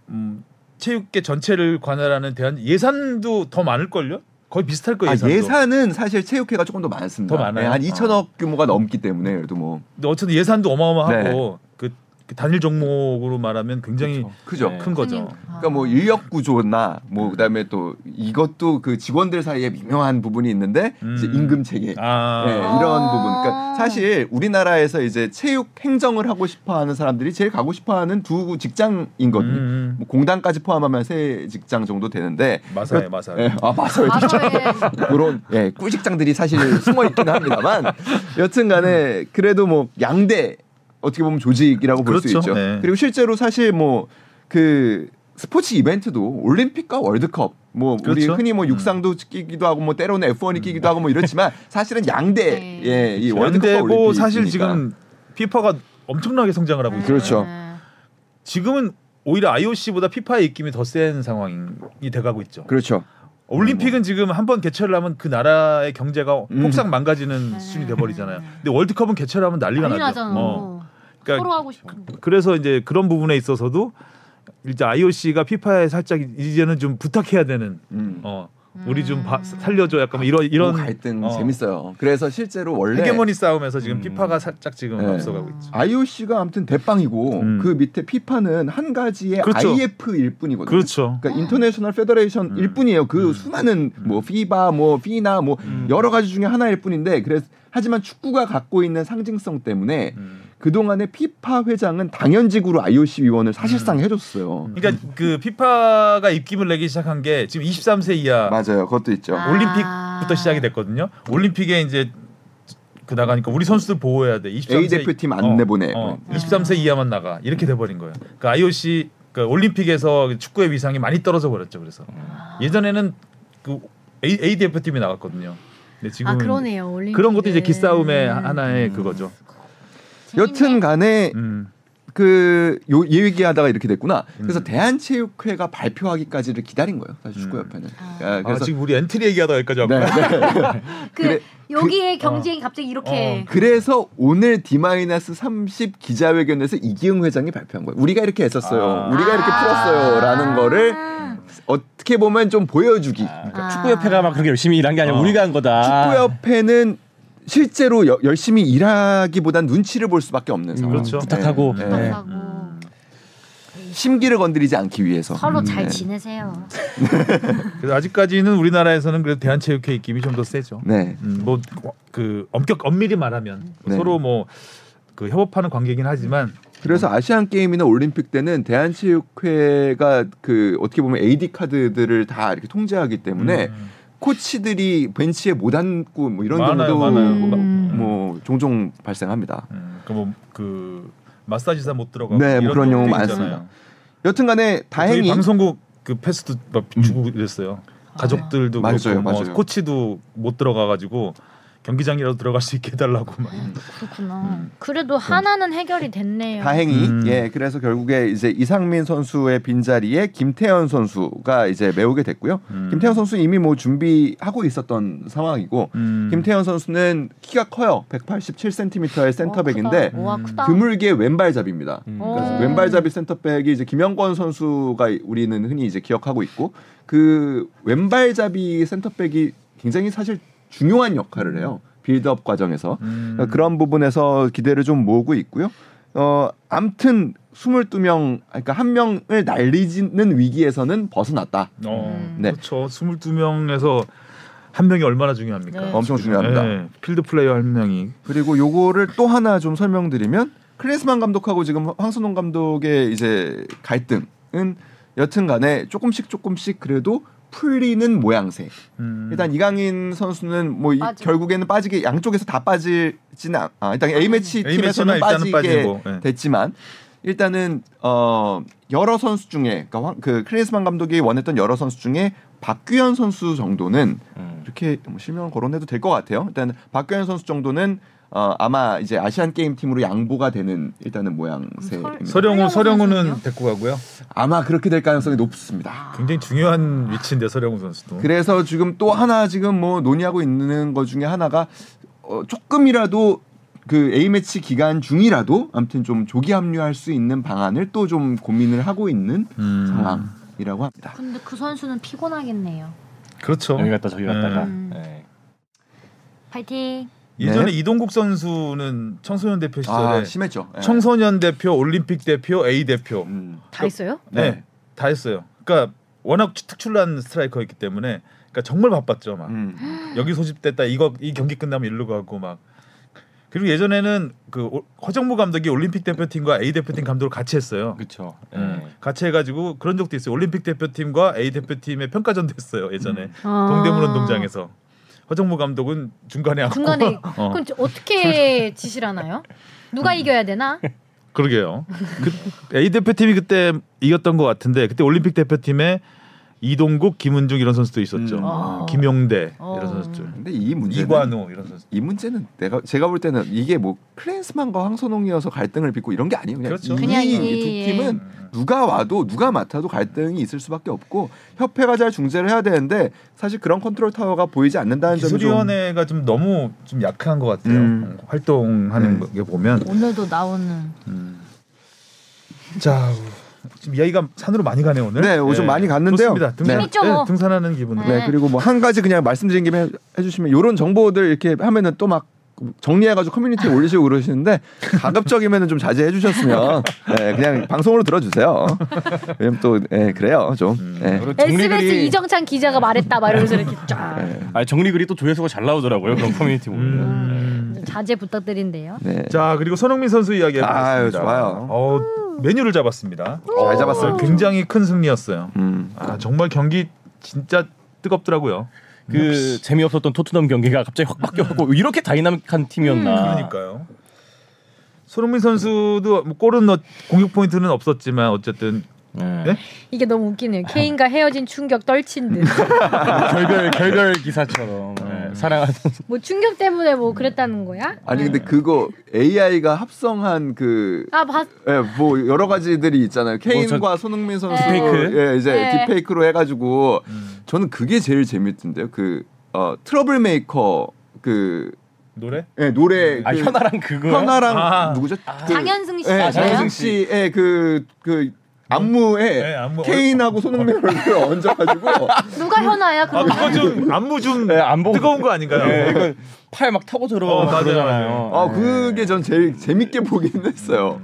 음, 체육계 전체를 관할하는 대한 예산도 더 많을 걸요? 거의 비슷할 그 거예요.
아,
예산도.
예산은 사실 체육회가 조금 더 많습니다.
더 많아요?
네, 한 2천억 규모가 넘기 때문에 그래도 뭐
근데 어쨌든 예산도 어마어마하고
네.
그, 그 단일 종목으로 말하면 굉장히
크죠.
네.
큰 거죠.
그러니까 뭐 인력 구조나 뭐 그다음에 또 이것도 그 직원들 사이에 미묘한 부분이 있는데 이제
음.
임금 체계
아,
예, 이런
아.
부분. 그러니까 사실 우리나라에서 이제 체육 행정을 하고 싶어하는 사람들이 제일 가고 싶어하는 두 직장인 거든요.
음.
뭐 공단까지 포함하면 세 직장 정도 되는데.
마사예 마사.
예, 아 맞아요.
그렇죠.
과거에
그런 예, 꿀직장들이 사실 숨어 있긴 합니다만 여튼간에 그래도 뭐 양대 어떻게 보면 조직이라고 볼 수
그렇죠.
있죠.
네.
그리고 실제로 사실 뭐 그 스포츠 이벤트도 올림픽과 월드컵 뭐 우리
그렇죠.
흔히 뭐
음.
육상도 끼기도 하고 뭐 때로는 F1이 끼기도 하고 뭐 이렇지만 사실은 양대
네.
예, 이 월드컵과
연대고
올림픽
음. 그렇죠. 사실 지금 피파가 엄청나게 성장을 하고 있어요.
그렇죠.
네.
지금은 오히려 IOC보다 피파의 입김이 더 센 상황이 돼가고 있죠.
그렇죠.
올림픽은 지금 한 번 개최를 하면 그 나라의 경제가
음.
폭삭 망가지는 수준이 돼버리잖아요. 근데 월드컵은 개최를 하면 난리가
난리
나죠.
나잖아.
어.
서로
그러니까
하고 싶은.
그래서 이제 그런 부분에 있어서도 이제 IOC가 피파에 살짝 이제는 좀 부탁해야 되는
음.
어 우리 좀 봐- 살려줘 약간 뭐 이런
이런
이런
갈등
어,
재밌어요. 그래서 실제로 원래
헤게모니 싸움에서 지금
음.
피파가 살짝 지금
네.
앞서가고 있죠.
IOC가 아무튼 대빵이고
음.
그 밑에 피파는 한 가지의
그렇죠.
IF일 뿐이거든요.
그렇죠.
그러니까 인터내셔널 페더레이션
음.
일 뿐이에요. 그 수많은 뭐 피바, 뭐 피나, 뭐
음.
여러 가지 중에 하나일 뿐인데 그래서 하지만 축구가 갖고 있는 상징성 때문에
음.
그 동안에 피파 회장은 당연직으로 IOC 위원을 사실상 해줬어요.
음. 그러니까 그 피파가 입김을 내기 시작한 게 지금 23세 이하
맞아요, 그것도 있죠.
아.
올림픽부터 시작이 됐거든요. 올림픽에 이제 그 나가니까 우리 선수들 보호해야 돼. 23세
A 대표팀 안 내보내. 네.
23세 이하만 나가. 이렇게 돼 버린 거예요. 그러니까 IOC 그 올림픽에서 축구의 위상이 많이 떨어져 버렸죠. 그래서
아.
예전에는 그 A, A 대표팀이 나갔거든요. 근데 지금
아 그러네요. 올림픽.
음, 그런 것도 이제 기싸움의 하나의 그거죠.
여튼간에
음.
그 요 얘기하다가 이렇게 됐구나. 그래서 대한체육회가 발표하기까지를 기다린 거예요. 사실 축구협회는. 아,
음. 아, 지금 우리 엔트리 얘기하다 여기까지 왔고.
네, 네.
그
그래-
여기에
어.
경쟁이 갑자기 이렇게.
그래서 오늘 D-30 기자회견에서 이기흥 회장이 발표한 거예요. 우리가 이렇게 했었어요.
아.
우리가 이렇게 풀었어요라는 거를
아.
어떻게 보면 좀 보여주기.
아.
그러니까 축구협회가 막 그렇게 열심히 일한 게 아니라
어.
우리가 한 거다. 음,
축구협회는 실제로 여- 열심히 일하기보단 눈치를 볼 수밖에 없는 상황.
그렇죠.
부탁하고.
네.
부탁하고.
네.
하고
심기를 건드리지 않기 위해서.
서로
음,
잘
네.
지내세요.
그래서 아직까지는 우리나라에서는 그래도 대한체육회 입김이 좀 더 세죠.
네.
음, 뭐그 엄격 엄밀히 말하면
네.
서로 뭐 그 협업하는 관계긴 하지만
그래서 아시안 게임이나 올림픽 때는 대한체육회가 그 어떻게 보면 AD 카드들을 다 이렇게 통제하기 때문에
음,
코치들이 벤치에 못 앉고 뭐 이런
많아요,
경우도
많아요.
뭐,
음.
뭐 종종 발생합니다.
음, 그뭐그 마사지사 못 들어가고
네, 뭐
이런
그런 경우
경우도
많습니다.
있잖아요.
여튼간간에 다행히 음.
저희 방송국 그 패스도 막 주고 그랬어요. 가족들도
맞아요,
그렇고 뭐
맞아요.
코치도 못 들어가가지고 경기장이라도 들어갈 수 있게 해달라고 막.
그렇구나.
음.
그래도 하나는 해결이 됐네요.
다행히
음.
예 그래서 결국에 이제 이상민 선수의 빈자리에 김태현 선수가 이제 메우게 됐고요.
음.
김태현 선수 이미 뭐 준비하고 있었던 상황이고
음.
김태현 선수는 키가 커요. 187cm의 센터백인데 음.
와 어, 크다.
드물게 왼발잡이입니다.
음.
그러니까
어.
왼발잡이 센터백이 이제 김영권 선수가 우리는 흔히 이제 기억하고 있고 그 왼발잡이 센터백이 굉장히 사실 중요한 역할을 해요. 빌드업 과정에서
음.
그런 부분에서 기대를 좀 모으고 있고요. 어, 암튼 22명 그러니까 한 명을 날리는 위기에서는 벗어났다.
어,
네.
그렇죠. 22명에서 한 명이 얼마나 중요합니까?
네.
엄청 중요합니다.
예, 필드 플레이어 한 명이
그리고 요거를 또 하나 좀 설명드리면 클레스만 감독하고 지금 황선홍 감독의 이제 갈등은 여튼간에 조금씩 조금씩 그래도 풀리는 모양새.
음.
일단 이강인 선수는 뭐 이-
빠지고.
결국에는 빠지게 양쪽에서 다 빠지지는 않- 아 일단 A 매치
A 매치나
팀에서는
일단은
빠지게
빠지고, 예.
됐지만 일단은 어 여러 선수 중에 그러니까 황- 그 클레스만 감독이 원했던 여러 선수 중에 박규현 선수 정도는
음.
이렇게 뭐 실명을 거론해도 될 것 같아요. 일단 박규현 선수 정도는 어, 아마 이제 아시안 게임 팀으로 양보가 되는 일단은
서령우
모양새입니다.
서령우
서령우는
선수는요?
데리고 가고요.
아마 그렇게 될 가능성이 높습니다.
굉장히 중요한 위치인데 서령우 선수도.
그래서 지금 또 하나 지금 뭐 논의하고 있는 것 중에 하나가 어, 조금이라도 그 A 매치 기간 중이라도 아무튼 좀 조기 합류할 수 있는 방안을 또 좀 고민을 하고 있는
음.
상황이라고 합니다.
근데 그 선수는 피곤하겠네요.
그렇죠.
여기 갔다 저기 갔다가.
음.
네.
파이팅.
예전에
네.
이동국 선수는 청소년 대표 시절에
아 심했죠. 예.
청소년 대표, 올림픽 대표, A 대표
음.
다 있어요?
네.
네.
다 했어요. 그러니까 워낙 특출난 스트라이커였기 때문에 그러니까 정말 바빴죠. 막
음.
여기 소집됐다. 이거 이 경기 끝나면 일로 가고 막 그리고 예전에는 그 오- 허정무 감독이 올림픽 대표팀과 A 대표팀 감독을 같이 했어요.
그렇죠.
네.
음, 같이 해가지고 그런 적도 있어요. 올림픽 대표팀과 A 대표팀의 평가전도 했어요. 예전에
음.
동대문 운동장에서 허정무 감독은 중간에 앉고
아, 중간에
어.
그럼 저- 어떻게 지시하나요? 누가 이겨야 되나?
그러게요. 그 A 대표팀이 그때 이겼던 것 같은데 그때 올림픽 대표팀에 이동국, 김은중 이런 선수도 있었죠.
음.
아.
어.
김용대
어.
이런 선수들.
근데 이 문제는
예. 이관우 이런 선수.
이 문제는 내가 제가 볼 때는 이게 뭐 클랜스만과 황선홍이어서 갈등을 빚고 이런 게 아니에요. 그냥
그렇죠.
그냥
이
이- 예.
두 팀은 누가 와도 누가 맡아도 갈등이 있을 수밖에 없고 협회가 잘 중재를 해야 되는데 사실 그런 컨트롤 타워가 보이지 않는다는 점이 좀
기술위원회가 좀 너무 좀 약한 것 같아요. 어,
음.
활동하는 게 보면.
오늘도 나오는
음. 자 지금 이야기가 산으로 많이 가네 오늘.
네, 오늘 좀 많이 갔는데요.
좋습니다. 등산, 네,
재밌죠, 뭐.
등산하는 기분으로.
네.
네, 그리고 뭐 한 가지 그냥 말씀드린 김에 해주시면 이런 정보들 이렇게 하면은 또 막 정리해가지고 커뮤니티에 올리시고 그러시는데 가급적이면은 좀 자제해 주셨으면 네, 그냥 방송으로 들어주세요. 왜냐면 또 네, 그래요
음.
좀. 네.
그리고
SBS 이정찬 기자가 말했다 막 이러면서 이렇게 쫙
네.
아 정리글이 또 조회수가 잘 나오더라고요 그런 커뮤니티 보면.
음.
자제 부탁드린대요.
네.
자 그리고 손흥민 선수 이야기 해보겠습니다.
아유, 좋아요.
어, 메뉴를 잡았습니다.
잘 잡았어요.
굉장히 큰 승리였어요.
음.
아 정말 경기 진짜 뜨겁더라고요.
그 재미없었던 토트넘 경기가 갑자기 확 바뀌었고 이렇게 다이나믹한
음.
팀이었나.
그러니까요. 손흥민 선수도 뭐 골은 넣, 공격 포인트는 없었지만 어쨌든
네.
이게 너무 웃기네요.
아.
케인과 헤어진 충격 떨친 듯.
결별 결별 기사처럼
음.
네. 사랑하는
뭐 충격 때문에 뭐 그랬다는 거야?
아니 근데 그거 AI가 합성한 그
아 봤.
예, 뭐 여러 가지들이
뭐
있잖아요. 케인과 손흥민 선수
딥페이크? 음.
예, 이제
네.
딥페이크로 해가지고 저는 그게 제일 재밌던데요. 그 어, 트러블 메이커 그
노래
예, 노래
아
그
현아랑 그거.
현아랑
아.
누구죠? 그,
장현승
네,
씨
예,
맞아요?
장현승 씨의 그그 그 안무에
네, 안무.
케인하고 손흥민 얼굴을 얹어가지고
누가 현아야?
아
그럼
그거 좀 안무 좀
네, 안 보고-
뜨거운 거 아닌가요?
네, 이거 팔막 타고
어,
들어가고
맞아요,
그러잖아요. 네.
아 그게 전 제일 재밌게 보긴 했어요.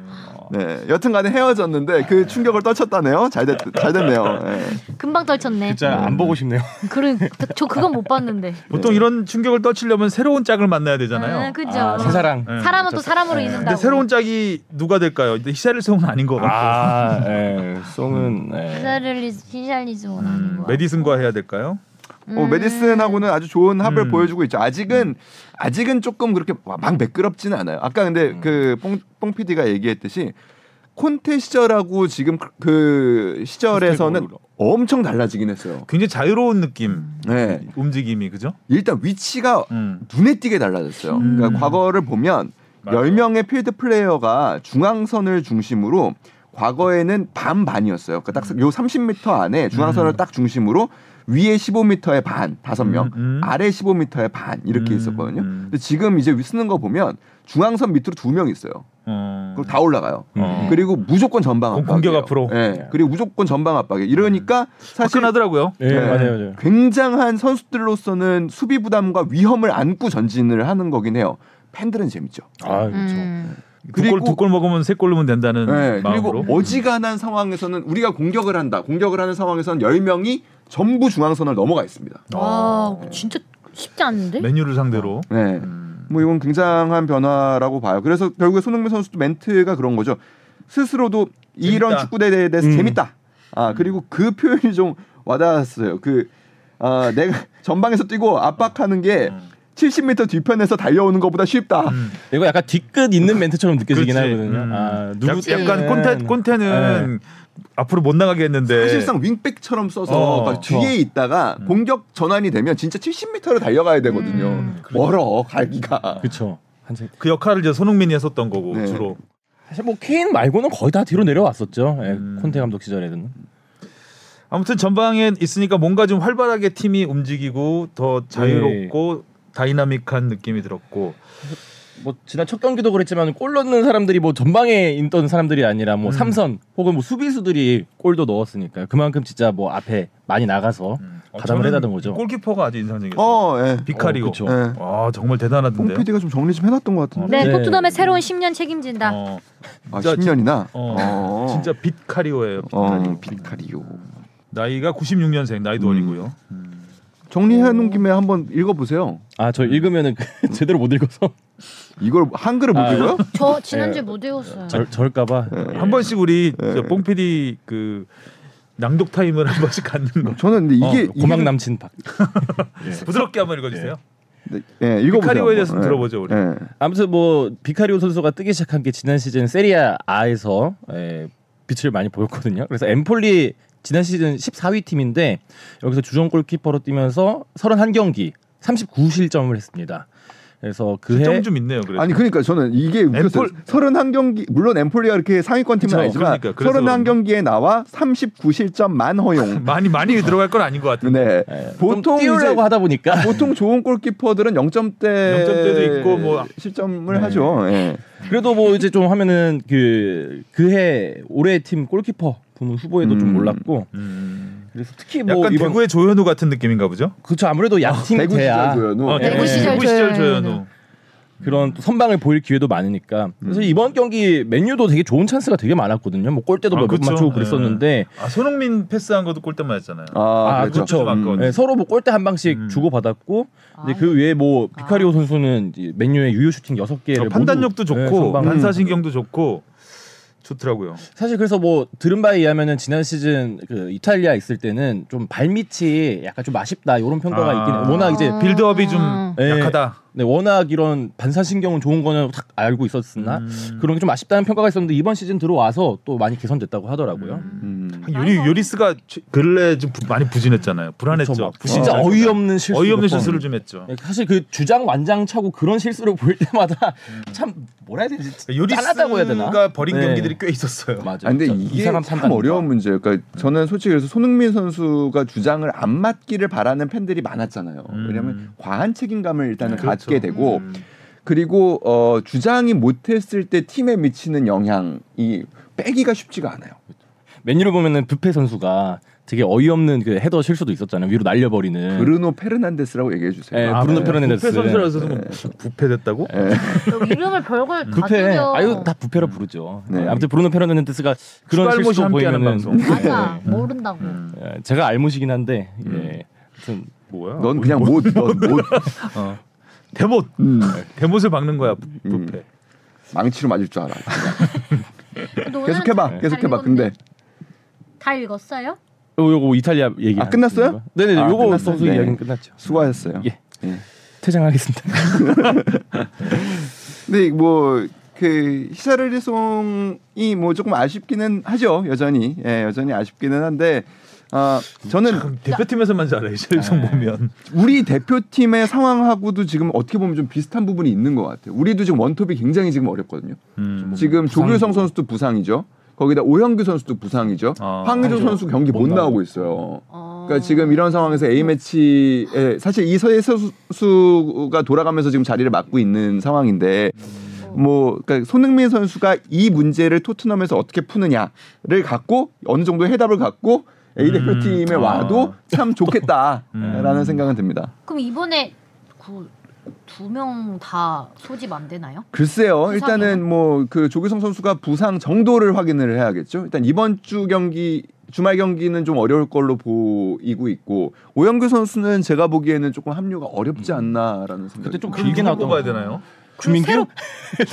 네, 여튼간에 헤어졌는데 그 충격을 떨쳤다네요. 잘됐 잘 됐네요. 예.
금방 떨쳤네.
진짜
음.
안 보고 싶네요.
그래 저 그건 못 봤는데.
보통 이런 충격을 떨치려면 새로운 짝을 만나야 되잖아요.
아, 그죠. 음,
아, 새 사랑.
네.
사람은 또 사람으로
근데
이는다고. 음.
새로운 짝이 누가 될까요? 근데 히샬리송은 아닌 것 같고
아, 예. 송은 예.
히샬리즘 히샬리즘은 아닌
음,
거.
메디슨과 해야 될까요?
음.
어, 메디슨하고는 아주 좋은 합을
음.
보여주고 있죠. 아직은 아직은 조금 그렇게 와- 막 매끄럽지는 않아요. 아까 근데 그뽕뽕 PD가 얘기했듯이 콘테 시절하고 지금 그- 그 시절에서는
콘테
엄청 달라지긴 했어요.
굉장히 자유로운 느낌,
네,
음. 움직임이 그죠?
일단 위치가
음.
눈에 띄게 달라졌어요. 그러니까 과거를 보면
맞아요.
10명의 필드 플레이어가 중앙선을 중심으로 과거에는 반반이었어요. 그러니까 딱요 30m 안에 중앙선을 딱 중심으로 위에 15m의 반, 다섯 명
음, 음.
아래 15m의 반 이렇게
음,
있었거든요.
음.
근데 지금 이제 쓰는 거 보면 중앙선 밑으로 두 명 있어요.
어.
그럼 다 올라가요.
음.
그리고 무조건 전방
공-
압박.
공격 앞으로.
예. 그리고 무조건 전방 압박에.
음.
이러니까 사실
화끈하더라고요.
예, 맞아요, 맞아요.
굉장한 선수들로서는 수비 부담과 위험을 안고 전진을 하는 거긴 해요. 팬들은 재밌죠.
아, 그렇죠.
음.
두골
그리고-
두 골 먹으면 세 골 넣으면 된다는
네,
마음으로.
그리고 어지간한 상황에서는 우리가 공격을 한다. 공격을 하는 상황에서는 10명이 전부 중앙선을 넘어가 있습니다.
와 진짜 쉽지
어?
않은데?
메뉴를 상대로.
네.
음.
뭐 이건 굉장한 변화라고 봐요. 그래서 결국에 손흥민 선수도 멘트가 그런 거죠. 스스로도 이런
재밌다.
축구대에 대해서
음.
재밌다. 아 그리고 그 표현이 좀 와닿았어요. 그 아, 내가 전방에서 뛰고 압박하는 게
음.
70m 뒤편에서 달려오는 것보다 쉽다.
이거 약간 뒤끝 있는 멘트처럼 느껴지긴
그렇지.
하거든요.
음.
아,
약-
누구
약간 콘테 콘테는 앞으로 못 나가게 했는데
네. 사실상 윙백처럼 써서
어, 음.
그러니까 뒤에 있다가 공격 전환이 되면 진짜 70m로 달려가야 되거든요.
음, 그렇죠.
멀어 갈기가.
그렇죠. 한참
그 역할을 이제 손흥민이 했었던 거고
네.
주로.
사실 뭐 케인 말고는 거의 다 뒤로 내려왔었죠. 예,
음.
콘테 감독 시절에는.
아무튼 전방에 있으니까 뭔가 좀 활발하게 팀이 움직이고 더 자유롭고
네.
다이나믹한 느낌이 들었고
뭐 지난 첫 경기도 그랬지만 골 넣는 사람들이 뭐 전방에 있던 사람들이 아니라 뭐 삼선 혹은 뭐 수비수들이 골도 넣었으니까 그만큼 진짜 뭐 앞에 많이 나가서
어,
가담을
저는
음, 해다던 거죠.
골키퍼가 아주 인상적이었어요.
어, 예.
비카리고.
어, 그쵸.
예.
와 정말
뽕
대단하던데요.
PD가 좀 정리 좀 해놨던 것 같은데.
네,
네.
토트넘의 새로운 10년 책임진다.
어,
아,
진짜
10년이나.
어, 진짜 빛카리오예요.
어, 비카리오.
나이가 96년생 나이도
음.
어리고요.
정리해 놓은 김에 한번 읽어보세요.
아 저 읽으면은 그 제대로 못 읽어서
이걸 한글을 못
아,
읽어요?
저 지난주 에못 외웠어요.
절, 저럴까봐.
한 번씩 우리 뽕 PD 그 낭독 타임을 한 번씩 갖는 거.
저는 근데
어,
이게
고막
이게
남친 박.
부드럽게 한번 읽어주세요.
네, 예, 읽어보세요.
피카리오에
한번.
대해서는
예.
들어보죠, 우리.
예.
아무튼 뭐 비카리오 선수가 뜨기 시작한 게 지난 시즌 세리아 A에서 에, 빛을 많이 보였거든요. 그래서 엠폴리 지난 시즌 14위 팀인데 여기서 주전 골키퍼로 뛰면서 31경기 39실점을 했습니다. 그래서 그해
점좀 있네요. 그래서
아니 그러니까 저는 이게 웃겼어요.
엠폴-
31경기 물론 엠폴리가 이렇게 상위권 팀은
그쵸,
아니지만
그러니까. 그래서-
31경기에 나와 39실점 만 허용.
많이 많이 들어갈 건 아닌 것 같은데.
네. 보통
보통
이제 아,
뛰우려고 하다 보니까
보통 좋은 골키퍼들은 0점대
0점대도 있고 뭐-
실점을
네.
하죠. 예.
그래도 뭐 이제 좀 하면은 그 그해 올해 팀 골키퍼 부문 후보에도
음.
좀 올랐고
음.
그래서 특히 뭐
약간
이번
대구의 조현우 같은 느낌인가 보죠.
그렇죠 아무래도 약팀
대구
대야
시절고요.
어,
대구
네.
시절
대구 시절
조현우.
조현우.
그런 또 선방을 보일 기회도 많으니까 그래서
음.
이번 경기 맨유도 되게 좋은 찬스가 되게 많았거든요 뭐 골대도
아,
몇번
그쵸.
맞추고 그랬었는데
아 손흥민 패스한 것도 골대 맞았잖아요.
아,
네. 아,
그렇죠.
그렇죠.
음.
예, 서로 뭐 골대 한 방씩
음.
주고 받았고 근데
아,
그 외에 뭐 비카리오 선수는 이제 맨유의 유효 슈팅 6개를 예,
어, 판단력도
네,
좋고 음.
선방.
반사신경도 좋고 좋더라고요.
사실 그래서 뭐 들은 바에 의하면은 지난 시즌 그 이탈리아 있을 때는 좀 발밑이 약간 좀 아쉽다 이런 평가가
아.
있긴 해요. 워낙 이제
아.
빌드업이 좀
예.
약하다.
아.
네, 워낙 이런 반사신경은 좋은 거는 딱 알고 있었으나
음.
그런 게 좀 아쉽다는 평가가 있었는데 이번 시즌 들어와서 또 많이 개선됐다고 하더라고요.
음.
아, 요리 요리스가 최- 근래 좀 부- 많이 부진했잖아요. 불안했죠.
그쵸, 막
부진-
진짜 어이없는 실수.
어, 어이없는
몇 번.
실수를 좀 했죠.
네, 사실 그 주장 완장 차고 그런 실수를 보일 때마다
음.
참 뭐라 해야 되지?
그러니까
짠하다고 해야 되나?
요리스가 버린
네.
경기들이 꽤 있었어요.
맞아요.
아, 근데
참
이게
이상한
참
판단이다.
어려운 문제예요. 그러니까 저는 솔직히 그래서 손흥민 선수가 주장을 안 맞기를 바라는 팬들이 많았잖아요.
음.
왜냐하면 과한 책임감을 일단은
그렇죠.
갖게 되고
음.
그리고 어, 주장이 못했을 때 팀에 미치는 영향이 빼기가 쉽지가 않아요.
메뉴를 보면은 뷔페 선수가 되게 어이없는 그 헤더 실수도 있었잖아요. 위로 날려버리는.
브루노 페르난데스라고 얘기해 주세요.
네, 브루노
네.
페르난데스.
부패 선수라서 네. 뭐 부패됐다고?
또 이름을 별걸 다
부패.
려
그 아유 다 부패라 부르죠.
네.
아무튼 브루노 페르난데스가 그런
추가 알못이
실수
함께하는
보이면은
방송.
맞아 모른다고.
예, 제가 알못이긴 한데
음.
예. 아무튼
뭐야?
어, 넌 그냥 못넌못
어. 대못 네.
음,
대못을 박는 거야 부- 부패.
망치로 맞을 줄 알아.
근데 오늘은
계속해봐, 계속해봐. 근데
다 읽었어요?
요- 요거 이탈리아 얘기
아, 끝났어요?
네네
아,
요거
끝났어요?
선수
네.
이야기는 끝났죠.
수고하셨어요.
예. 퇴장하겠습니다.
근데 뭐 그 히샤르리송이 뭐 조금 아쉽기는 하죠 여전히 예 여전히 아쉽기는 한데 아 저는
참, 네. 대표팀에서만 잘해 실성 보면.
우리 대표팀의 상황하고도 지금 어떻게 보면 좀 비슷한 부분이 있는 것 같아요 우리도 지금 원톱이 굉장히 지금 어렵거든요
음.
지금 조규성 선수도 부상이죠 거기다 오형규 선수도 부상이죠
아,
황의조
황의조
선수 경기 못
못 나오고
나오고 있어요 그러니까 지금 이런 상황에서 A 매치에 사실 이 서예 선수가 돌아가면서 지금 자리를 맡고 있는 상황인데 뭐 그러니까 손흥민 선수가 이 문제를 토트넘에서 어떻게 푸느냐를 갖고 어느 정도 해답을 갖고 A
음.
대표팀에
아.
와도 참 좋겠다라는
음.
생각은 듭니다.
그럼 이번에 그 두 명 다 소집 안 되나요?
글쎄요.
부상이요?
일단은 뭐 그 조규성 선수가 부상 정도를 확인을 해야겠죠. 일단 이번 주 경기 주말 경기는 좀 어려울 걸로 보이고 있고 오영규 선수는 제가 보기에는 조금 합류가 어렵지 않나라는 생각이.
그때 좀
길게
길게 나왔던
뽑아야
거.
되나요?
주민규?
새로-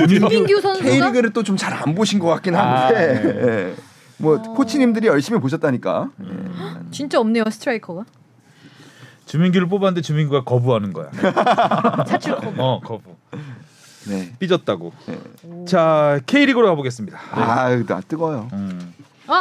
김민규 선수가
K리그를 또 좀 잘 안 보신 것 같긴
아,
한데. 예. 뭐
아.
코치님들이 열심히 보셨다니까. 예.
진짜 없네요 스트라이커가.
주민규를 뽑았는데 주민규가 거부하는 거야.
차출 거부.
어 거부.
네.
삐졌다고. 자 K리그로 가보겠습니다.
아, 나 뜨거요.
음.
어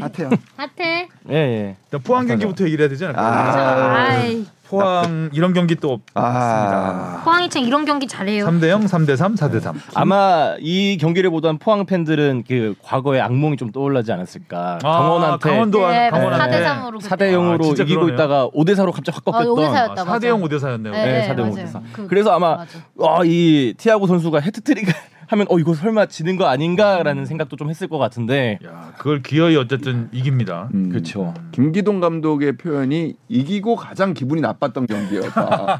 핫해요.
하태.
예 예.
일단 포항 경기부터 얘기를 해야 되지 않을까?
아.
아이
포항 이런 경기 또
아,
포항이창 이런 경기 잘해요.
3대 네. 0, 3대 3, 4대 3.
아마 이 경기를 보던 포항 팬들은 그 과거의 악몽이 좀 떠올라지 않았을까. 강원한테
아, 강원도
네,
강원한테
4대 3으로
4대
아,
0으로
진짜
이기고
그러네요.
있다가 5대 4로 갑자기 확
어,
꺾였던
5대 4였다, 맞아.
아, 4대 0, 5대 4였네요.
네,
네, 4대 0
맞아요.
5대 4.
그-
그래서 아마
맞아.
와, 이 티아고 선수가 헤트트릭 하면 어 이거 설마 지는 거 아닌가라는 생각도 좀 했을 것 같은데.
야, 그걸 기어이 어쨌든 이깁니다.
음.
그렇죠.
김기동 감독의 표현이 이기고 가장 기분이 나빴던 경기였다.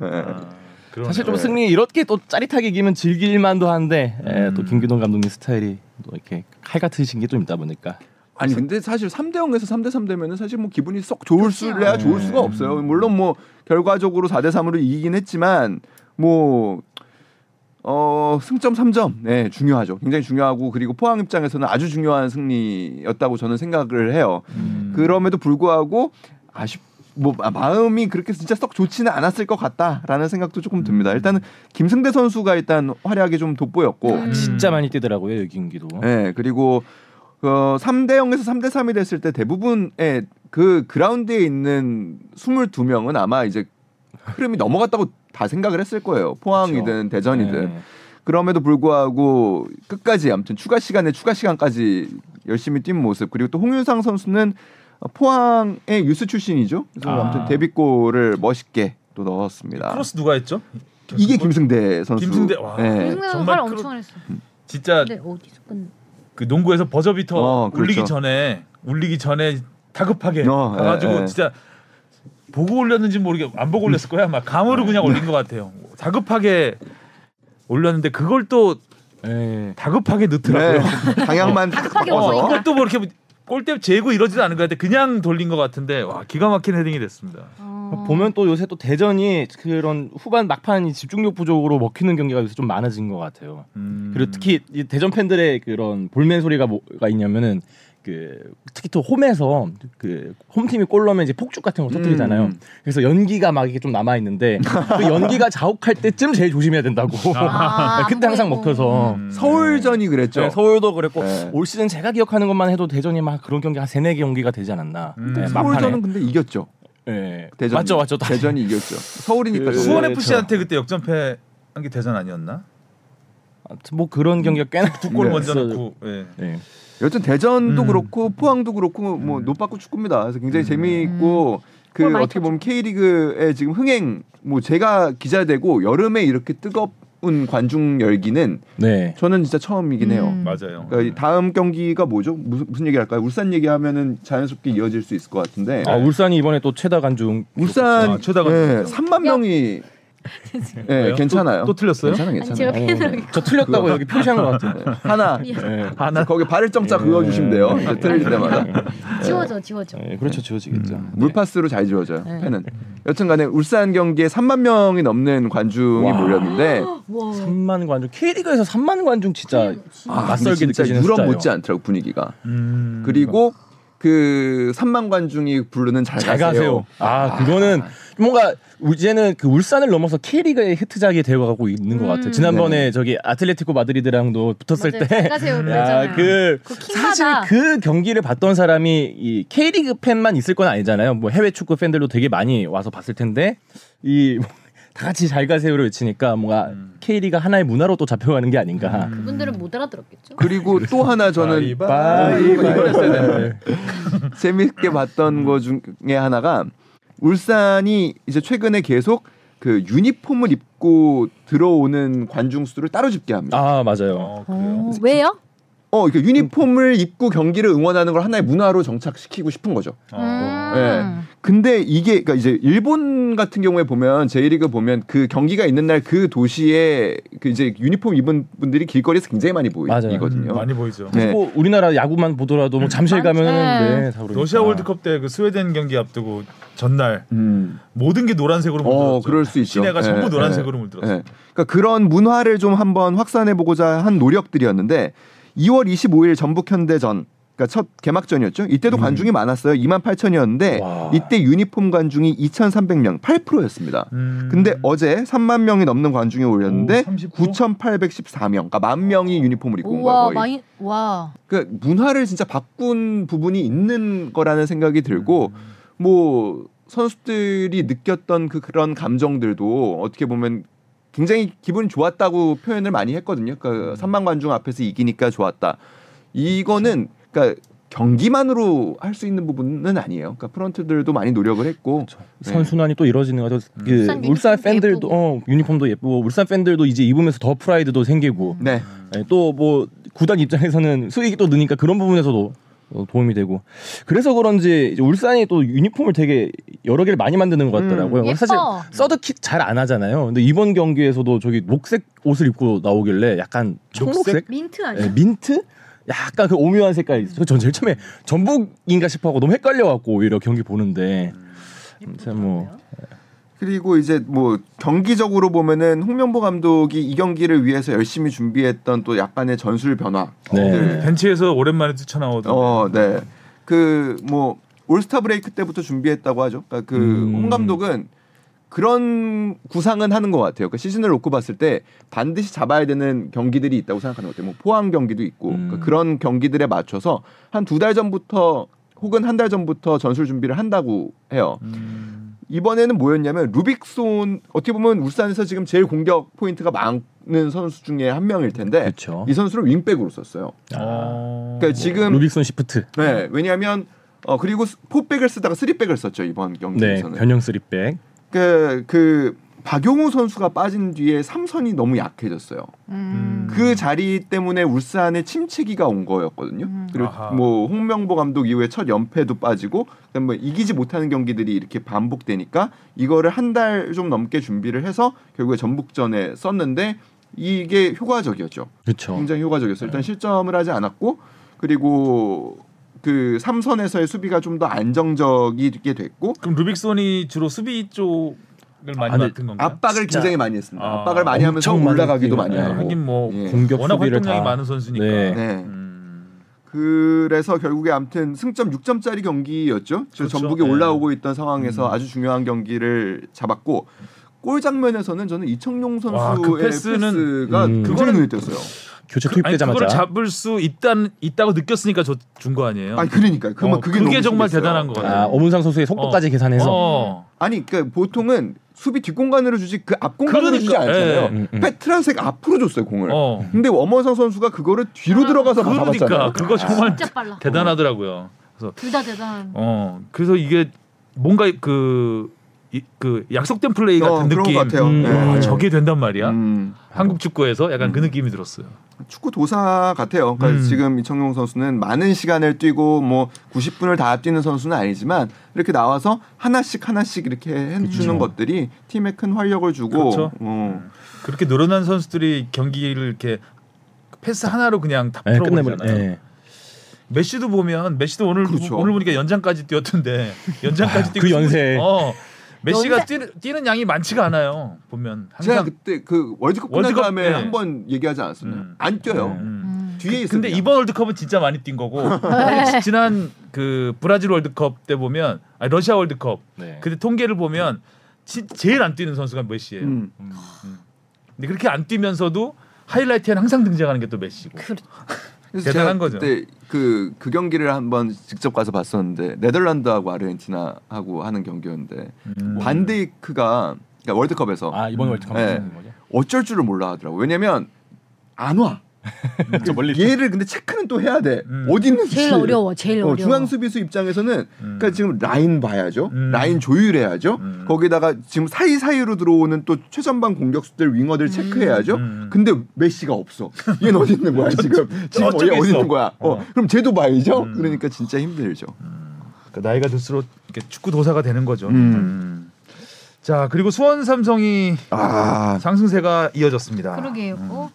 네.
음. 그러네요.
사실 좀 승리 이렇게 또 짜릿하게 이기면 즐길만도 한데 예,
음.
또 김기동 감독님 스타일이 또 이렇게 칼 같으신 게 좀 있다 보니까
아니 근데 사실 3대 0에서 3대 3 되면은 사실 뭐 기분이 썩 좋을
좋지요.
수야 좋을 수가 없어요. 물론 뭐 결과적으로 4대 3으로 이기긴 했지만 뭐 어, 승점 3점. 네, 중요하죠. 굉장히 중요하고 그리고 포항 입장에서는 아주 중요한 승리였다고 저는 생각을 해요.
음.
그럼에도 불구하고 아쉽 뭐 마- 마음이 그렇게 진짜 썩 좋지는 않았을 것 같다라는 생각도 조금 듭니다. 일단은 김승대 선수가 일단 활약이 좀 돋보였고
음.
진짜 많이 뛰더라고요 여기 경기도.
네, 그리고 어, 3대 0에서 3대 3이 됐을 때 대부분의 그 그라운드에 있는 22명은 아마 이제 흐름이 넘어갔다고 다 생각을 했을 거예요. 포항이든
그렇죠.
대전이든.
네.
그럼에도 불구하고 끝까지 아무튼 추가 시간에 추가 시간까지 열심히 뛴 모습. 그리고 또 홍윤상 선수는 포항의 유스 출신이죠. 그래서
아.
아무튼 데뷔골을 멋있게 또 넣었습니다.
크로스 누가 했죠?
이게 김승대 선수.
김승대, 와.
네.
요즘에
정말
말
크로-
엄청 했어.
진짜
근데 네, 어디서 끝?
그 농구에서 버저비터
어, 그렇죠.
울리기 전에 울리기 전에 다급하게
어,
가가지고
예, 예.
진짜 보고 올렸는지 모르게 안 보고 올렸을 거야 아마 감으로 그냥 올린 것 같아요. 다급하게 올렸는데 그걸 또
네.
다급하게 넣더라고요.
네. 방향만 어. 딱
탁하게
바꿔서.
먹으니까.
골도 뭐 이렇게 골대 재고 이러지도 않은 것 같아. 그냥 돌린 것 같은데 와 기가 막힌 헤딩이 됐습니다.
어.
보면 또 요새 또 대전이 그런 후반 막판이 집중력 부족으로 먹히는 경기가 요새 좀 많아진 것 같아요.
음.
그리고 특히 이 대전 팬들의 그런 볼멘 소리가 뭐가 있냐면은 그 특히 또 홈에서 그 홈팀이 골 넣으면 이제 폭죽 같은 거 터뜨리잖아요.
음.
그래서 연기가 막 이게 좀 남아 있는데 그 연기가 자욱할 때쯤 제일 조심해야 된다고. 네,
아, 안
그때 항상
보이고.
먹혀서.
음.
서울전이 그랬죠.
네, 서울도 그랬고
네.
올 시즌 제가 기억하는 것만 해도 대전이 막 그런 경기 한 세네 경기가 되지 않았나.
음.
네, 막판에.
서울전은 근데 이겼죠.
예.
대전
맞죠, 맞죠. 다-
대전이 이겼죠. 서울이니까
그-
그,
수원
네,
FC한테 그때 역전패 한 게 대전 아니었나?
아무튼 뭐 그런 경기가 꽤나
두 골
네.
먼저
있어요.
넣고 예.
예.
여튼 대전도
음.
그렇고 포항도 그렇고 뭐 노빠꾸 축구입니다. 그래서 굉장히
음.
재미있고 그
골 많이
어떻게 보면 K리그의 지금 흥행 뭐 제가 기자되고 여름에 이렇게 뜨거운 관중 열기는
네.
저는 진짜 처음이긴 해요.
음.
맞아요.
그러니까 이 다음 경기가 뭐죠? 무슨 무슨 얘기 할까요? 울산 얘기하면은 자연스럽게 이어질 수 있을 것 같은데.
아, 울산이 이번에 또 최다 간중
울산
아, 최다
예,
관중.
3만 명이 예,
왜요?
괜찮아요.
또, 또 틀렸어요?
괜찮아
아니,
괜찮아.
제가 팬으로
네. 저 틀렸다고 여기 표시한 것 같아요.
하나
예.
아, 하나
거기 발을 정자 그어주시면 돼요. 이제 틀릴 때마다
뭐. 지워져 지워져.
예, 그렇죠. 지워지겠죠.
물파스로 잘 지워져요.
예.
네.
팬은 여튼간에 울산 경기에 3만 명이 넘는 관중이
와.
몰렸는데
아,
와.
3만 관중 K리그에서 3만 관중 진짜
아,
낯설게
근데 진짜
느껴지는
유럽
숫자예요.
못지 않더라고 분위기가.
음.
그리고 그 3만 관중이 부르는 잘,
잘
가세요.
가세요. 아, 그거는 뭔가 이제는 그 울산을 넘어서 K리그의 히트작이 되어가고 있는 것 같아요.
음.
지난번에 저기 아틀레티코 마드리드랑도 붙었을
맞아요.
때
가세요.
야,
음. 그러잖아요.
그
그 킹마다.
사실 그 경기를 봤던 사람이 이 K리그 팬만 있을 건 아니잖아요. 뭐 해외 축구 팬들도 되게 많이 와서 봤을 텐데 이 다 같이 잘 가세요를 외치니까 뭔가
음.
K리가 하나의 문화로 또 잡혀가는 게 아닌가.
그분들은 못 알아들었겠죠.
그리고 또 하나 저는 아,
이걸 했어야 되는데.
재밌게 봤던 것 중에 하나가 울산이 이제 최근에 계속 그 유니폼을 입고 들어오는 관중 수를 따로 집게 합니다.
아 맞아요.
어, 그래요.
왜요?
어, 그러니까 유니폼을 입고 경기를 응원하는 걸 하나의 문화로 정착시키고 싶은 거죠. 예.
어.
아. 네.
음.
근데 이게 그러니까 이제 일본 같은 경우에 보면 제1리그 보면 그 경기가 있는 날 그 도시에 그 이제 유니폼 입은 분들이 길거리에서 굉장히 많이
맞아요.
보이거든요.
음, 많이 보이죠.
네.
뭐 우리나라 야구만 보더라도 뭐 잠실
많죠.
가면은 네, 다 그러니까.
러시아 월드컵 때 그 스웨덴 경기 앞두고 전날
음.
모든 게 노란색으로
어,
물들었죠.
그럴 수 있죠.
시내가 전부
예,
노란색으로
예,
물들었어.
예. 그러니까 그런 문화를 좀 한번 확산해 보고자 한 노력들이었는데 2월 25일 전북 현대전 그러니까 첫 개막전이었죠. 이때도 관중이 많았어요. 2만 8천이었는데
음. 와.
이때 유니폼 관중이 2,300명, 8%였습니다.
음.
근데 어제 3만 명이 넘는 관중이
오,
올렸는데
39?
9,814명, 그러니까 만 명이 유니폼을 입고 온
우와
거예요. 거의.
많이 와.
그 문화를 진짜 바꾼 부분이 있는 거라는 생각이 들고 뭐 선수들이 느꼈던 그 그런 감정들도 어떻게 보면 굉장히 기분이 좋았다고 표현을 많이 했거든요. 그러니까 3만 관중 앞에서 이기니까 좋았다. 이거는 그러니까 경기만으로 할 수 있는 부분은 아니에요. 그러니까 프런트들도 많이 노력을 했고
네. 선순환이 또 이루어지는 것 같아서
음.
그
울산 유니폼도
울산 팬들도
예쁘고.
어, 유니폼도 예쁘고 울산 팬들도 이제 입으면서 더 프라이드도
음.
생기고
네.
또 뭐 구단 입장에서는 수익이 또 느니까 그런 부분에서도 어, 도움이 되고 그래서 그런지 이제 울산이 또 유니폼을 되게 여러 개를 많이 만드는 것 같더라고요.
음, 예뻐.
사실 서드킥 잘 안 하잖아요. 근데 이번 경기에서도 저기 녹색 옷을 입고 나오길래 약간 청록색,
뭐, 민트
예,
아니야?
민트, 약간 그 오묘한 색깔이 있어요. 전 제일 처음에 전북인가 싶어하고 너무 헷갈려갖고 오히려 경기 보는데 아무튼 뭐
그리고 이제 뭐 경기적으로 보면은 홍명보 감독이 이 경기를 위해서 열심히 준비했던 또 약간의 전술 변화
네.
벤치에서 오랜만에 뛰쳐나오던.
어, 네. 그 뭐 올스타 브레이크 때부터 준비했다고 하죠. 그러니까 그
음.
홍 감독은 그런 구상은 하는 것 같아요. 그 시즌을 놓고 봤을 때 반드시 잡아야 되는 경기들이 있다고 생각하는 것 같아요. 뭐 포항 경기도 있고
음.
그런 경기들에 맞춰서 한 두 달 전부터 혹은 한 달 전부터 전술 준비를 한다고 해요.
음.
이번에는 뭐였냐면 루빅손 어떻게 보면 울산에서 지금 제일 공격 포인트가 많은 선수 중에 한 명일 텐데
그렇죠.
이 선수를 윙백으로 썼어요.
아.
그러니까 지금
어, 루빅손 시프트.
네, 왜냐하면 어 그리고 스- 포백을 쓰다가 쓰리백을 썼죠 이번
네,
경기에서는.
변형 쓰리백.
그, 그 박용우 선수가 빠진 뒤에 삼선이 너무 약해졌어요.
음.
그 자리 때문에 울산에 침체기가 온 거였거든요.
음.
그리고
아하.
뭐 홍명보 감독 이후에 첫 연패도 빠지고 그다음에 뭐 이기지 못하는 경기들이 이렇게 반복되니까 이거를 한 달 좀 넘게 준비를 해서 결국에 전북전에 썼는데 이게 효과적이었죠.
그렇죠.
굉장히
네.
효과적이었어요. 일단 실점을 하지 않았고 그리고 그 삼선에서의 수비가 좀 더 안정적이게 됐고
그럼 루빅손이 주로 수비 쪽을 많이
아, 근데
맡은 건가요?
압박을
진짜.
굉장히 많이 했습니다.
아,
압박을 많이 하면서
엄청 많이
올라가기도 많이
뛰는, 네.
하고.
하긴 뭐
예.
공격
워낙
수비를
활동량이
다
많은 선수니까.
네.
네.
음.
그래서 결국에 아무튼 승점 6점짜리 경기였죠. 지금
그렇죠. 음.
전북이
네.
올라오고 있던 상황에서 아주 중요한 경기를 잡았고 골 장면에서는 저는 이청용 선수의
와, 그 패스는-
패스가
음.
굉장히
그거는-
눈에 띄었어요.
교체
아니 그걸
투입되자마자
잡을 수 있다 있다고 느꼈으니까 저 준 거 아니에요?
아니 그러니까 그
어,
그게,
그게
너무
정말
신기했어요.
대단한 거 같아요.
아, 오문상 선수의 속도까지 계산해서
어.
아니 그러니까 보통은 수비 뒷공간으로 주지 그 앞공간으로
그러니까,
주지 않잖아요.
음, 음.
페트라색 앞으로 줬어요 공을.
어.
근데 엄원상 선수가 음. 그거를 뒤로 들어가서
그러니까
잡았잖아요.
그거 정말
진짜 빨라.
대단하더라고요.
둘 다 대단한.
어 그래서 이게 뭔가 그, 이, 그 약속된 플레이
어,
같은
그런
느낌.
것 같아요.
음.
네.
와, 저게 된단 말이야.
음.
한국 축구에서 약간 그 느낌이 들었어요.
축구 도사 같아요. 그러니까
음.
지금 이청용 선수는 많은 시간을 뛰고 뭐 90분을 다 뛰는 선수는 아니지만 이렇게 나와서 하나씩 하나씩 이렇게 해주는 것들이 팀에 큰 활력을 주고
그렇죠.
어,
그렇게 늘어난 선수들이 경기를 이렇게 패스 하나로 그냥 다
네, 끝내버려.
풀어버리잖아요.
네.
메시도 보면 메시도 오늘
그렇죠.
오늘 보니까 연장까지 뛰었던데 연장까지
아,
뛰고
그 연세.
어 메시가
연세.
뛰는, 뛰는 양이 많지가 않아요. 보면
제가
항상
그때 그 월드컵 끝난
월드컵
다음에
때.
한번 얘기하지 않았었나요?
음.
안 뛰어요.
음.
음.
뒤에 있어요.
근데
그냥.
이번 월드컵은 진짜 많이 뛴 거고 지- 지난 그 브라질 월드컵 때 보면 아니 러시아 월드컵
네.
그때 통계를 보면 지- 제일 안 뛰는 선수가 메시예요.
음.
근데 그렇게 안 뛰면서도 하이라이트에는 항상 등장하는 게 또 메시고.
그래서
대단한
제가
거죠.
그때 그, 그 경기를 한번 직접 가서 봤었는데 네덜란드하고 아르헨티나하고 하는 경기였는데
음.
반데이크가 그러니까 월드컵에서
아 이번 월드컵
네.
하는 거죠?
어쩔 줄을 몰라 하더라고. 왜냐면 안 와.
저 멀리
얘를 근데 체크는 또 해야 돼.
음.
어디 있는지.
제일 어려워. 제일
어,
어려워.
중앙 수비수 입장에서는 그러니까 지금 라인 봐야죠.
음.
라인 조율해야죠.
음.
거기다가 지금 사이 사이로 들어오는 또 최전방 공격수들 윙어들 체크해야죠.
음.
근데 메시가 없어. 얘는 어디 있는 거야 지금? 지금
저쪽에
어디, 어디
있어.
있는 거야? 어.
어.
그럼 쟤도 봐야죠.
음.
그러니까 진짜 힘들죠.
그러니까 나이가 들수록 이렇게 축구 도사가 되는 거죠.
음.
음. 자 그리고 수원 삼성이
아
상승세가 이어졌습니다.
그러게요. 어?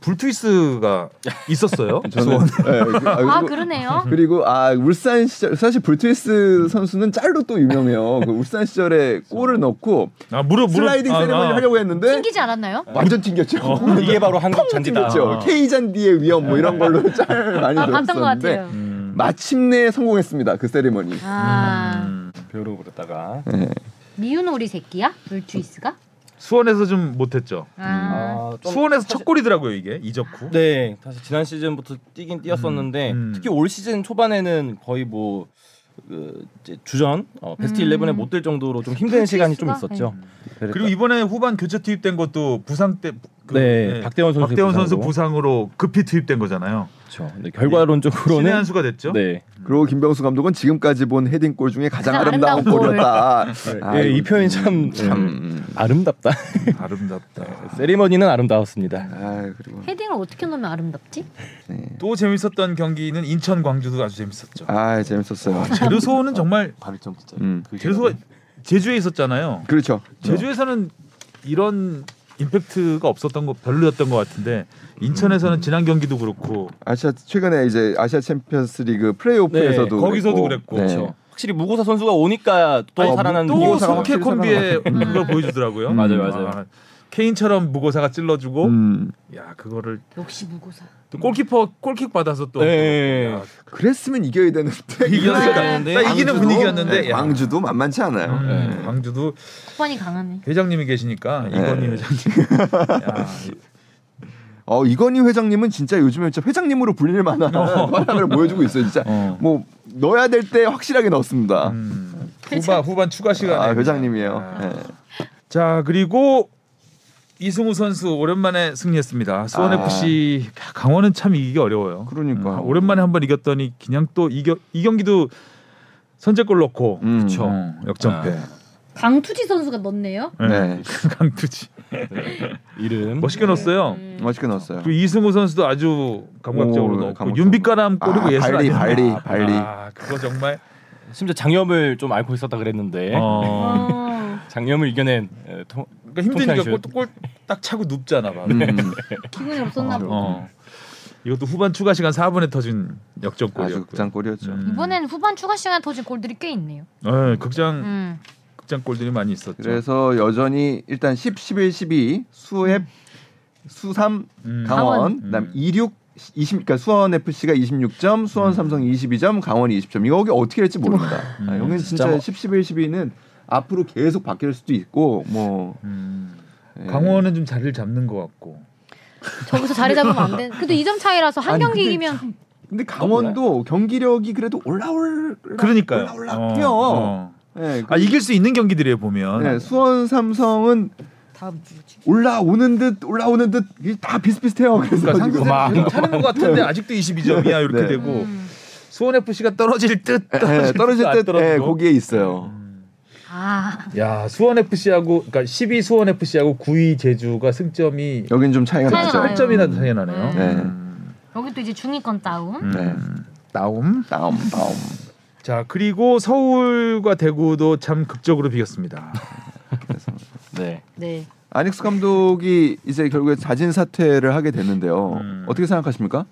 불투이스가 있었어요.
저는 예, 그- 아,
아
그리고-
그러네요.
그리고 아 울산 시절 사실 불투이스 선수는 짤로 또 유명해요. 그 울산 시절에 골을 넣고
아 무릎 무릎
슬라이딩 세리머니 하려고 했는데
튕기지 않았나요?
완전 튕겼죠.
아. 어, 이게 바로 한국 잔디다. 아, 네.
튕겼죠.
어.
K 잔디의 위험 뭐 이런 걸로 짤 많이
아 봤던 것
들었었는데
같아요.
음.
마침내 성공했습니다. 그 세리머니.
아
음.
배우로 부르다가
음.
미운 오리 새끼야? 불투이스가?
수원에서 좀 못했죠.
음.
아
수원에서 첫 골이더라고요 이게 이적 후.
네, 사실 지난 시즌부터 뛰긴 뛰었었는데
음, 음.
특히 올 시즌 초반에는 거의 뭐 그, 이제 주전 어, 베스트
음.
11에 못 들 정도로 좀 힘든 시간이 좀
수가?
있었죠.
네.
그랬다-
그리고 이번에 후반 교체 투입된 것도 부상 때 그-
네, 박대원 선수의
박대원 선수
부상으로.
부상으로 급히 투입된 거잖아요.
그렇죠. 네, 결과론적으로는
신의 한 수가 됐죠.
네.
그리고 김병수 감독은 지금까지 본 헤딩골 중에 가장
가장
아름다운,
아름다운 골.
골이었다.
예, 이 표현이 참,
참.
참
음.
아름답다. 네.
아름답다.
세리머니는 아름다웠습니다.
아 그리고
헤딩을 어떻게 넣으면 아름답지?
또 재밌었던 경기는 인천 광주도 아주 재밌었죠.
아 재밌었어요.
제주소는 정말
바비점 진짜.
음.
그게
제주소가 제주에 있었잖아요.
그렇죠.
네. 제주에서는 이런 임팩트가 없었던 거 별로였던 것 같은데 인천에서는 지난 경기도 그렇고
아시아 최근에 이제 아시아 챔피언스리그 플레이오프에서도
네, 거기서도 그랬고.
그렇죠. 확실히 무고사 선수가 오니까 또
아니,
살아난
또
무고사가
성캐
확실히
콤비의 걸 보여주더라고요.
음.
맞아요, 맞아요.
아, 케인처럼 무고사가 찔러주고
음.
야 그거를
역시 무고사.
또 골키퍼 골킥 받아서 또
네.
야,
그랬으면 이겨야 되는데
이겼어야
되는데.
딱 이기는
광주도-
분위기였는데
네,
야.
광주도 만만치 않아요.
음,
네.
광주도
후반이 강하네.
회장님이 계시니까
네.
이건희 회장님 야,
어 이건희 회장님은 진짜 요즘에 진짜 회장님으로 불릴 만한 활약을 보여주고 있어요. 진짜
어.
뭐 넣어야 될 때 확실하게 넣었습니다.
음, 후반 후반 추가 시간에
아 회장님이에요.
아.
네.
자 그리고 이승우 선수 오랜만에 승리했습니다. 수원
아.
FC 강원은 참 이기기 어려워요.
그러니까.
음, 오랜만에 한번 이겼더니 그냥 또 이겨 이 경기도 선제골 넣고
음.
그쵸.
어, 역전패.
강투지 선수가 넣네요.
네.
강투지
이름
멋있게 넣었어요.
멋있게 넣었어요.
그 이승우 선수도 아주 감각적으로
오, 네,
넣었고
감각적으로.
윤빛가람 골이고
아,
예술
발리,
아니야?
발리, 발리.
아 그거 정말
심지어 장염을 좀 앓고 있었다
네?
그랬는데
어,
아,
장염을 이겨낸 에, 통...
그러니까 힘드니까
통쾌한 슛.
골딱 차고 눕잖아 봐.
음.
기분이 없었나 보다.
어. 이것도 후반 추가 시간 4분에 터진
아주
역전골이었고.
극장골이었죠.
이번엔 후반 추가 시간 터진 골들이 꽤 있네요.
네, 극장
음.
극장골들이 많이 있었죠.
그래서 여전히 일단 10, 11, 12 수협, 수삼,
음.
강원,
음.
그다음 26, 20, 그러니까 수원 FC가 26점,
음.
수원 삼성 22점, 강원이 20점. 이거 여기 어떻게 될지 모릅니다. 아, 여기는
진짜
진짜,
뭐-
10, 11, 12는 앞으로 계속 바뀔 수도 있고 뭐
음.
예.
강원은 좀 자리를 잡는 것 같고.
저기서 자리 잡으면 안 돼. 근데 이 점 차이라서 한
아니,
경기
근데
이기면
근데 강원도 경기력이 그래도 올라올
음. 그러니까요.
올라올라
어,
뛰어.
어.
예, 그-
아 이길 수 있는 경기들이에요 보면.
예, 수원 삼성은
다음 주지.
올라오는 듯 올라오는 듯 다 비슷비슷해요. 그래서
그러니까
지금
상승
고마워.
타는 것 같은데 아직도 22점이야 이렇게
네.
되고
음.
수원 FC가 떨어질 듯
예,
떨어질,
떨어질
듯안
때 예,
떨어지고.
거기에 있어요.
아,
야 수원 FC하고 그러니까 12 수원 FC하고 9위 제주가 승점이
여긴 좀 차이가
차이가
나죠.
나요.
8점이나 차이 나네요.
네.
음.
여기 또 이제 중위권 다운.
네.
나움.
다음 다음.
자 그리고 서울과 대구도 참 극적으로 비겼습니다.
네.
네.
아닉스 감독이 이제 결국에 자진 사퇴를 하게 됐는데요.
음.
어떻게 생각하십니까?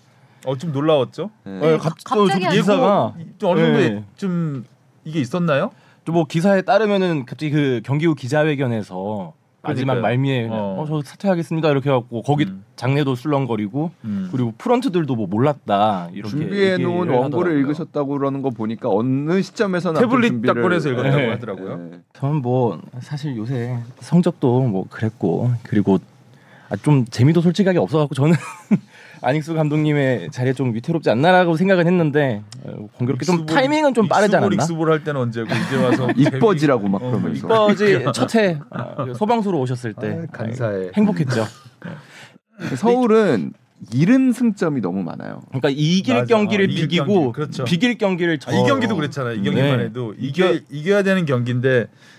어 좀 놀라웠죠?
네.
네,
갑-
갑- 또
갑자기
좀
아니고-
기사가
좀 어느 정도
네.
좀 이게 있었나요?
좀 뭐 기사에 따르면은 갑자기 그 경기 후 기자회견에서 마지막
그러니까요.
말미에
어.
어저 사퇴하겠습니다 이렇게 해갖고 거기
음.
장내도 술렁거리고
음.
그리고 프런트들도 뭐 몰랐다 이렇게
준비해 놓은
얘기를
원고를
하더라고요.
읽으셨다고 그러는 거 보니까 어느 시점에서
태블릿 딱 꺼내서 읽었다고
네.
하더라고요.
저는 뭐 사실 요새 성적도 뭐 그랬고 그리고 아, 좀 재미도 솔직하게 없어갖고 저는 아닉스 감독님의 자리에 좀 위태롭지 않나라고 생각은 했는데 어, 공교롭게 좀
익수볼,
타이밍은 좀 빠르지
익수볼,
않았나?
익수볼 할 때는 언제고 이제 와서
이뻐지라고 막
어,
그러면서.
버지 첫해 어, 소방수로 오셨을 때
아, 감사해.
아, 행복했죠.
서울은 잃은 승점이 너무 많아요.
그러니까 이길
맞아.
경기를
이길
비기고
경기, 그렇죠.
비길 경기를 져.
아, 이 경기도 그랬잖아요. 이 경기만
네.
해도 이겨 이겨야 되는 경기인데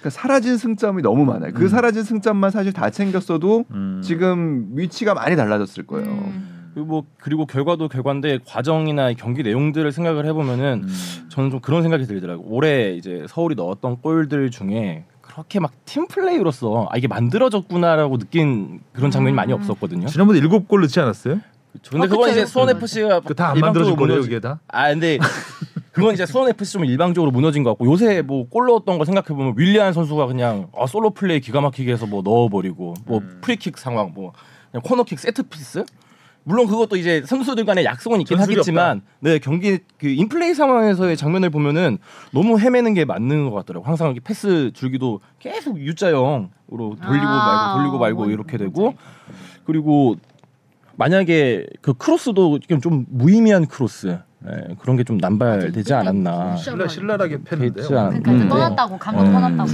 그러니까 사라진 승점이 너무 많아요. 그
음.
사라진 승점만 사실 다 챙겼어도
음.
지금 위치가 많이 달라졌을 거예요.
그러니까
음.
그리고 뭐 그리고 결과도 결과인데 과정이나 경기 내용들을 생각을 해보면은
음.
저는 좀 그런 생각이 들더라고요. 올해 이제 서울이 넣었던 골들 중에 그렇게 막 팀플레이로서 아 이게 만들어졌구나라고 느낀 그런 장면이 많이 없었거든요.
지난번에 일곱 골 넣지 않았어요?
근데
어,
그건
그쵸.
이제 수원 FC가
아, 그 다 안 만들어진 거예요, 이게 다.
아 근데 그건 이제 수원 FC 좀 일방적으로 무너진 것 같고 요새 뭐 골 넣었던 거 생각해 보면 윌리안 선수가 그냥 아, 솔로 플레이 기가 막히게 해서 뭐 넣어버리고 뭐
음.
프리킥 상황 뭐 그냥 코너킥 세트 피스 물론 그것도 이제 선수들 간의 약속은 있긴
전술이
하겠지만 네 경기 그 인플레이 상황에서의 장면을 보면은 너무 헤매는 게 맞는 것 같더라고 요 항상 이렇게 패스 줄기도 계속 U자형으로 돌리고
아,
말고 돌리고 말고
뭐
뭔-
이렇게 되고 그리고 만약에 그 크로스도 지금 좀 무의미한 크로스 예, 그런 게 좀 남발되지 않았나.
신랄 신랄하게 패는데요.
됐지 않-
그러니까
음.
이제 떠났다고 감독
음.
떠났다고.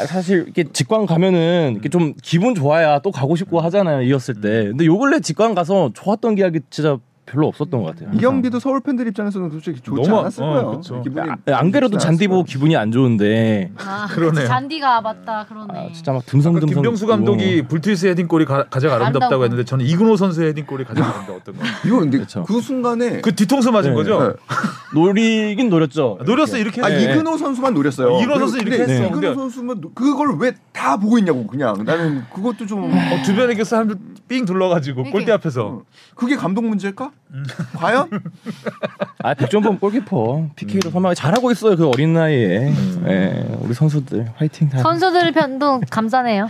아, 사실 이렇게 직관 가면은 이렇게 좀 기분 좋아야 또 가고
음.
싶고 하잖아요 이었을 때. 근데 요 근래 직관 가서 좋았던 기억이 진짜 별로 없었던 것 같아요.
이 경기도 서울 팬들 입장에서는 솔직히 좋지
너무-
않았을
어,
거예요.
그쵸.
기분이
아, 안 그래도
좋지 않았을
잔디 보고
거예요.
기분이 안 좋은데
아,
그러네요.
잔디가 맞다 그러네.
아, 진짜 막
아까
듬성듬성.
그러니까 김병수 감독이 불투이스 헤딩골이 가, 가장 아름답다고 했는데 저는 이근호 선수의 헤딩골이 가장 아름다웠던 거예요.
이거 근데
그쵸.
그 순간에
그 뒤통수 맞은
네.
거죠?
네.
노리긴 노렸죠.
노렸어 이렇게.
아
아,
네.
이근호 선수만 노렸어요.
이근호
그리고
선수 이렇게
근데
했어.
이근호
근데-
선수만 노- 그걸 왜 다 보고 있냐고 그냥 나는 그것도 좀
어, 주변에 이렇게 사람들 삥 둘러가지고
이게-
골대 앞에서
그게 감독 문제일까?
음.
과연?
아 백종범 골키퍼
음.
PK로 선망 잘하고 있어요 그 어린 네, 나이에. 예, 우리 선수들 화이팅 다.
음.
선수들 편도 감사네요.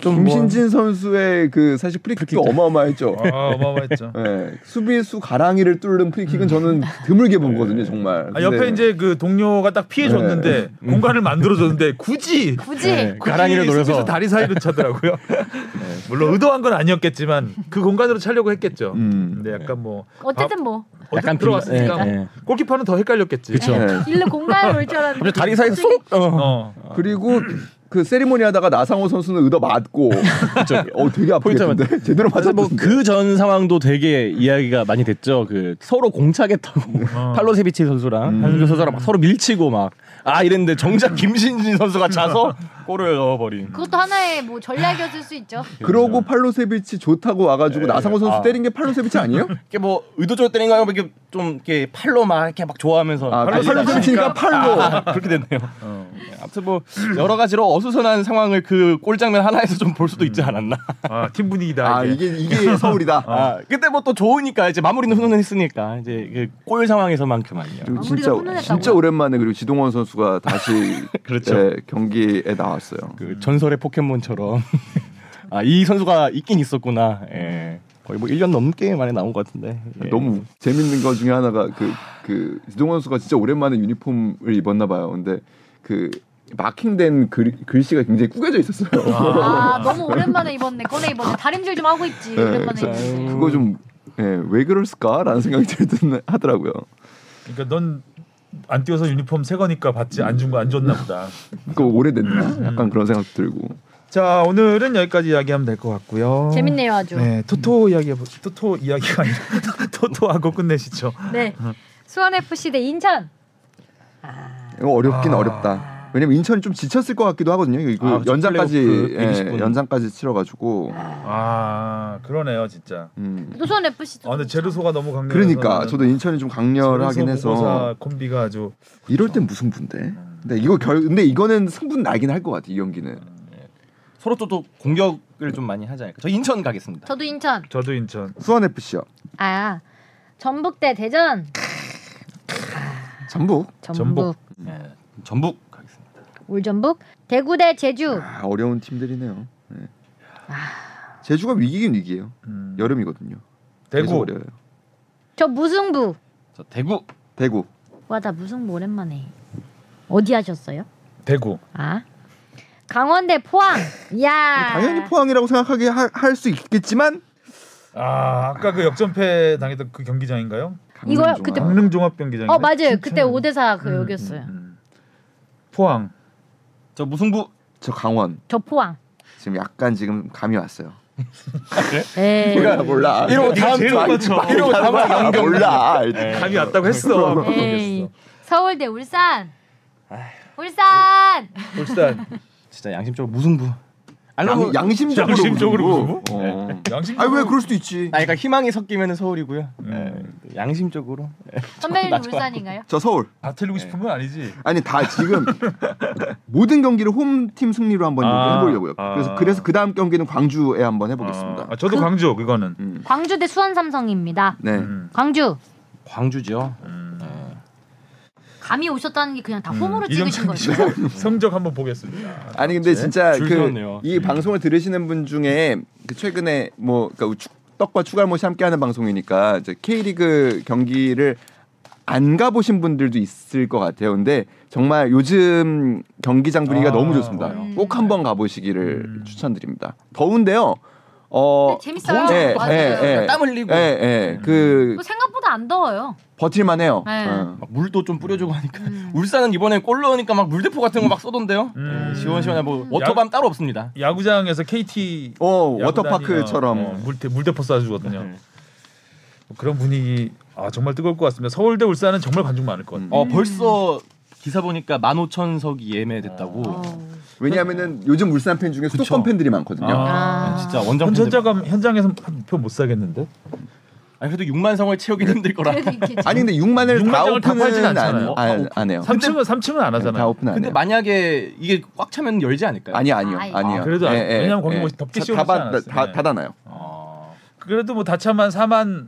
좀
김신진 선수의 그 사실 뭐 프리킥도
프리킥.
어마어마했죠.
아, 어마어마했죠.
예, 수비수 가랑이를 뚫는 프리킥은 저는 드물게 보거든요, 정말.
아, 옆에
근데
이제 그 동료가 딱 피해줬는데 공간을 만들어줬는데 굳이
굳이
네.
굳이
가랑이를 노려서.
스피스 다리 사이로 차더라고요. 물론 의도한 건 아니었겠지만 그 공간으로 차려고 했겠죠.
음.
근데 약간 뭐
어쨌든 뭐
어쨌든 들어왔으니까 뭐
예, 예.
골키퍼는 더 헷갈렸겠지. 네.
그쵸.
예.
일로 공간을 올줄 알았는데
갑자기 다리 사이에서 쏙. 어.
어.
그리고 그 세리머니 하다가 나상호 선수는 의도 맞고 어 되게
포인트
아프겠는데 제대로
그래서
맞았는데
뭐 그 전 상황도 되게 이야기가 많이 됐죠. 그 서로 공차겠다고
어.
팔로세비치 선수랑 한승규 선수랑 막 서로 밀치고 막 아 이랬는데 정작 김신진 선수가 차서 골을 넣어버린.
그것도 하나의 뭐 전략이었을 수 있죠.
그러고 팔로세비치 좋다고 와가지고
예,
나상호 선수
아.
때린 게 팔로세비치 아니에요?
이게 뭐 의도적으로 때린 거야? 이렇게 좀 이렇게 팔로 막 이렇게 막 좋아하면서
아
팔로-
팔로세비치니까 팔로
아, 그렇게 됐네요. 예, 아무튼 뭐 여러 가지로 어수선한 상황을 그 골 장면 하나에서 좀 볼 수도 있지 않았나.
아, 팀 분위기다.
아
이게.
이게 이게 서울이다.
음. 아, 그때 뭐 또 좋으니까 이제 마무리는 훈훈했으니까 이제 그골 상황에서만큼은요.
그리고
마무리가
진짜
훈훈했다고요?
진짜 오랜만에 그리고 지동원 선수가 다시
그렇죠.
예, 경기에 나왔어요.
그 전설의 포켓몬처럼 아 이 선수가 있긴 있었구나. 예. 거의 뭐 1년 넘게 만에 나온 것 같은데. 예.
너무 우- 재밌는 것 중에 하나가 그, 그 지동원 선수가 진짜 오랜만에 유니폼을 입었나 봐요. 근데 그 마킹된 글, 글씨가 굉장히 구겨져 있었어요.
아 너무 오랜만에 입었네. 꺼내 입었네. 다림질 좀 하고 있지.
네,
오랜만에
자,
입었네.
그거 좀 예, 왜 그럴까라는 생각이 들든 하더라고요.
그러니까 넌 안 띄워서 유니폼 새 거니까 받지 안 준 거 안 줬나 보다.
그거 오래됐나? 약간 그런 생각도 들고.
자 오늘은 여기까지 이야기하면 될 것 같고요.
재밌네요 아주 네.
네 토토 이야기 해보 토토 이야기가 아니라 토토하고 끝내시죠.
네. 수원 FC 대 인천
이거 어렵긴
아.
어렵다. 왜냐면 인천이 좀 지쳤을 것 같기도 하거든요. 이거
아, 그쵸.
연장까지
플레이오프
예,
120분.
연장까지 치러가지고.
아 그러네요 진짜.
음.
또 수원 FC
아 근데 제르소가 너무 강렬해서
그러니까
나는
저도 인천이 좀 강렬하긴
제르소 모고사
해서
콤비가 아주
이럴 땐 무승부인데. 근데 이거 결 근데 이거는 승분 나긴 할 것 같아 이 경기는.
서로 또, 또 공격을 좀 많이 하지 않을까. 저 인천 가겠습니다.
저도 인천
저도 인천
수원 FC요.
아 전북 대 대전
전북.
전북,
예. 전북 가겠습니다.
울전북 대구 대 제주
아, 어려운 팀들이네요. 네. 제주가 위기긴 위기예요.
음,
여름이거든요. 그래서
대구
어려워요.
저 무승부
저 대구
대구.
와 나 무승부 오랜만에 어디 하셨어요?
대구
아 강원 대 포항 야
당연히 포항이라고 생각하게 할 수 있겠지만
아 아까 그 역전패 당했던 그 경기장인가요?
강릉
이거요?
종합.
그때
강릉 종합 경기장.
어 맞아요 그때 5대4
음,
그 여기였어요
포항
저 무승부
저 강원
저 포항
지금 약간 지금 감이 왔어요. 네.
에
몰라.
이러고
이거
다음
제일
주
못 맞춰.
이러고 다음 네. 주
아,
연경
몰라.
감이 왔다고 했어.
에이. 서울 대 울산 울산
어, 울산
진짜 양심적으로 무승부. 아니 뭐 네.
양, 양심적으로
양심적으로
무승부?
무승부?
어.
양심.
아니 왜 그럴 수도 있지.
아니, 그러니까 희망이 섞이면 서울이고요. 예, 양심적으로 예,
선배님 울산인가요?
저 서울.
다 틀리고 싶은 건 아니지.
아니 다 지금 모든 경기를 홈팀 승리로 한번
아,
해보려고요.
아.
그래서 그래서 그 다음 경기는 광주에 한번 해보겠습니다.
아, 아, 저도 광주 그거는.
광주 대 수원 삼성입니다
네.
음.
광주
광주죠. 예.
감이 오셨다는 게 그냥 다 홈으로 찍으신
음, 이정찬
거죠.
네.
기자 성적 한번 보겠습니다.
아니 근데 진짜
줄 세웠네요.
음.
그이 방송을 들으시는 분 중에 그 최근에 뭐 그러니까 축- 떡과 추갈못이 함께하는 방송이니까 이제 K리그 경기를 안 가보신 분들도 있을 것 같아요. 근데 정말 요즘 경기장 분위기가
아,
너무 좋습니다.
음.
꼭 한번 가보시기를 추천드립니다. 더운데요. 어
근데 재밌어요.
예,
맞아요. 그러니까
예, 예.
땀 흘리고.
예,
음.
예. 그
뭐 생각보다 안 더워요.
버틸만해요.
네.
어.
막 물도 좀 뿌려주고 하니까 울산은 이번에 골 넣으니까 막 물대포 같은 거 막 쏘던데요.
음.
예, 시원시원해 뭐 워터밤 따로 없습니다.
야구장에서 KT
어,
야구단이,
워터파크처럼.
어, 물대 물대포 쏴주거든요. 뭐 그런 분위기 아 정말 뜨거울 것 같습니다. 서울대 울산은 정말 관중 많을 것 같아요.
음.
어 벌써 기사 보니까 15,000석이 예매됐다고.
어.
어.
왜냐하면은 요즘 울산 팬 중에 수도권 팬들이 많거든요.
아,
예, 진짜 원정 팬들.
현장감 현장에서 표못 사겠는데?
아니 그래도 6만 성을 채우긴 힘들 거라.
그러니까.
그래도 있겠지.
아니 근데 6만을 다
육만장을 다 팔진
오픈은 안,
않잖아요.
안- 안 해요. 네,
3층은 3층은 안
다
하잖아요.
오픈 안
근데
해요.
만약에 이게 꽉 차면 열지 않을까요?
아니 아니요
아이.
아니요. 예,
아, 그래도 안- 왜냐면 거기 뭐 덮개 씌워놓지
다, 받-
않았어요.
다,
네.
다 닫아놔요.
아,
그래도 뭐 다차만 4만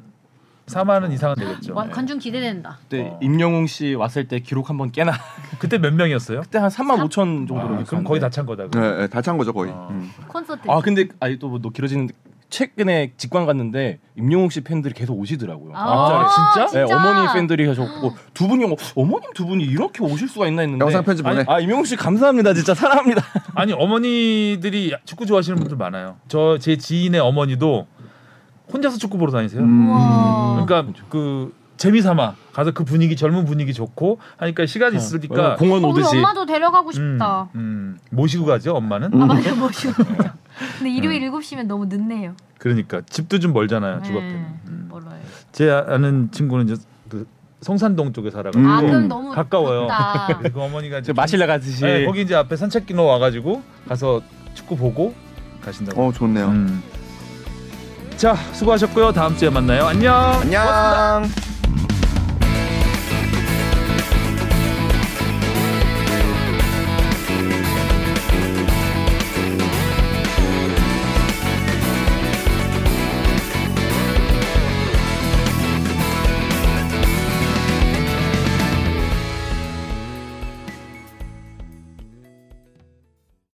4만 원 이상은 되겠죠.
와, 관중 기대된다.
그때
어.
임영웅 씨 왔을 때 기록 한번 깨나
그때 몇 명이었어요?
그때 한 3만 5천 정도로
아, 그럼
있었는데.
거의 다 찬 거다. 그럼.
예, 예, 다찬 거죠 거의.
어.
음.
콘서트.
아 근데 아니 또뭐 길어지는 최근에 직관 갔는데 임영웅 씨 팬들이 계속 오시더라고요.
아,
앞자리에.
진짜?
네, 어머니 팬들이 계셨고 두 분이 어, 어머님 두 분이 이렇게 오실 수가 있나 했는데
영상 편지 보내.
아니, 아 임영웅 씨 감사합니다 진짜 사랑합니다.
네.
아니 어머니들이 축구 좋아하시는 분들 많아요. 저 제 지인의 어머니도 혼자서 축구 보러 다니세요.
음.
우와.
그러니까 그 재미 삼아 가서 그 분위기 젊은 분위기 좋고 하니까 시간 있으니까
공원
어, 우리
오듯이
엄마도 데려가고
음,
싶다.
음, 모시고 가죠 엄마는.
아 맞아 모시고. 가자. 근데 일요일 7시면 너무 늦네요.
그러니까 집도 좀 음. 멀잖아요 집
네,
앞에는. 음.
멀어요.
제 아는 친구는 이제 그 성산동 쪽에 살아가지고
아 그럼 너무
음. 가까워요.
좋다.
그래서 그 어머니가 이제
이제 마실라 가듯이
네, 거기 이제 앞에 산책길로 와가지고 가서 축구 보고 가신다고.
어 좋네요.
음. 자 수고하셨고요. 다음 주에 만나요. 안녕.
안녕.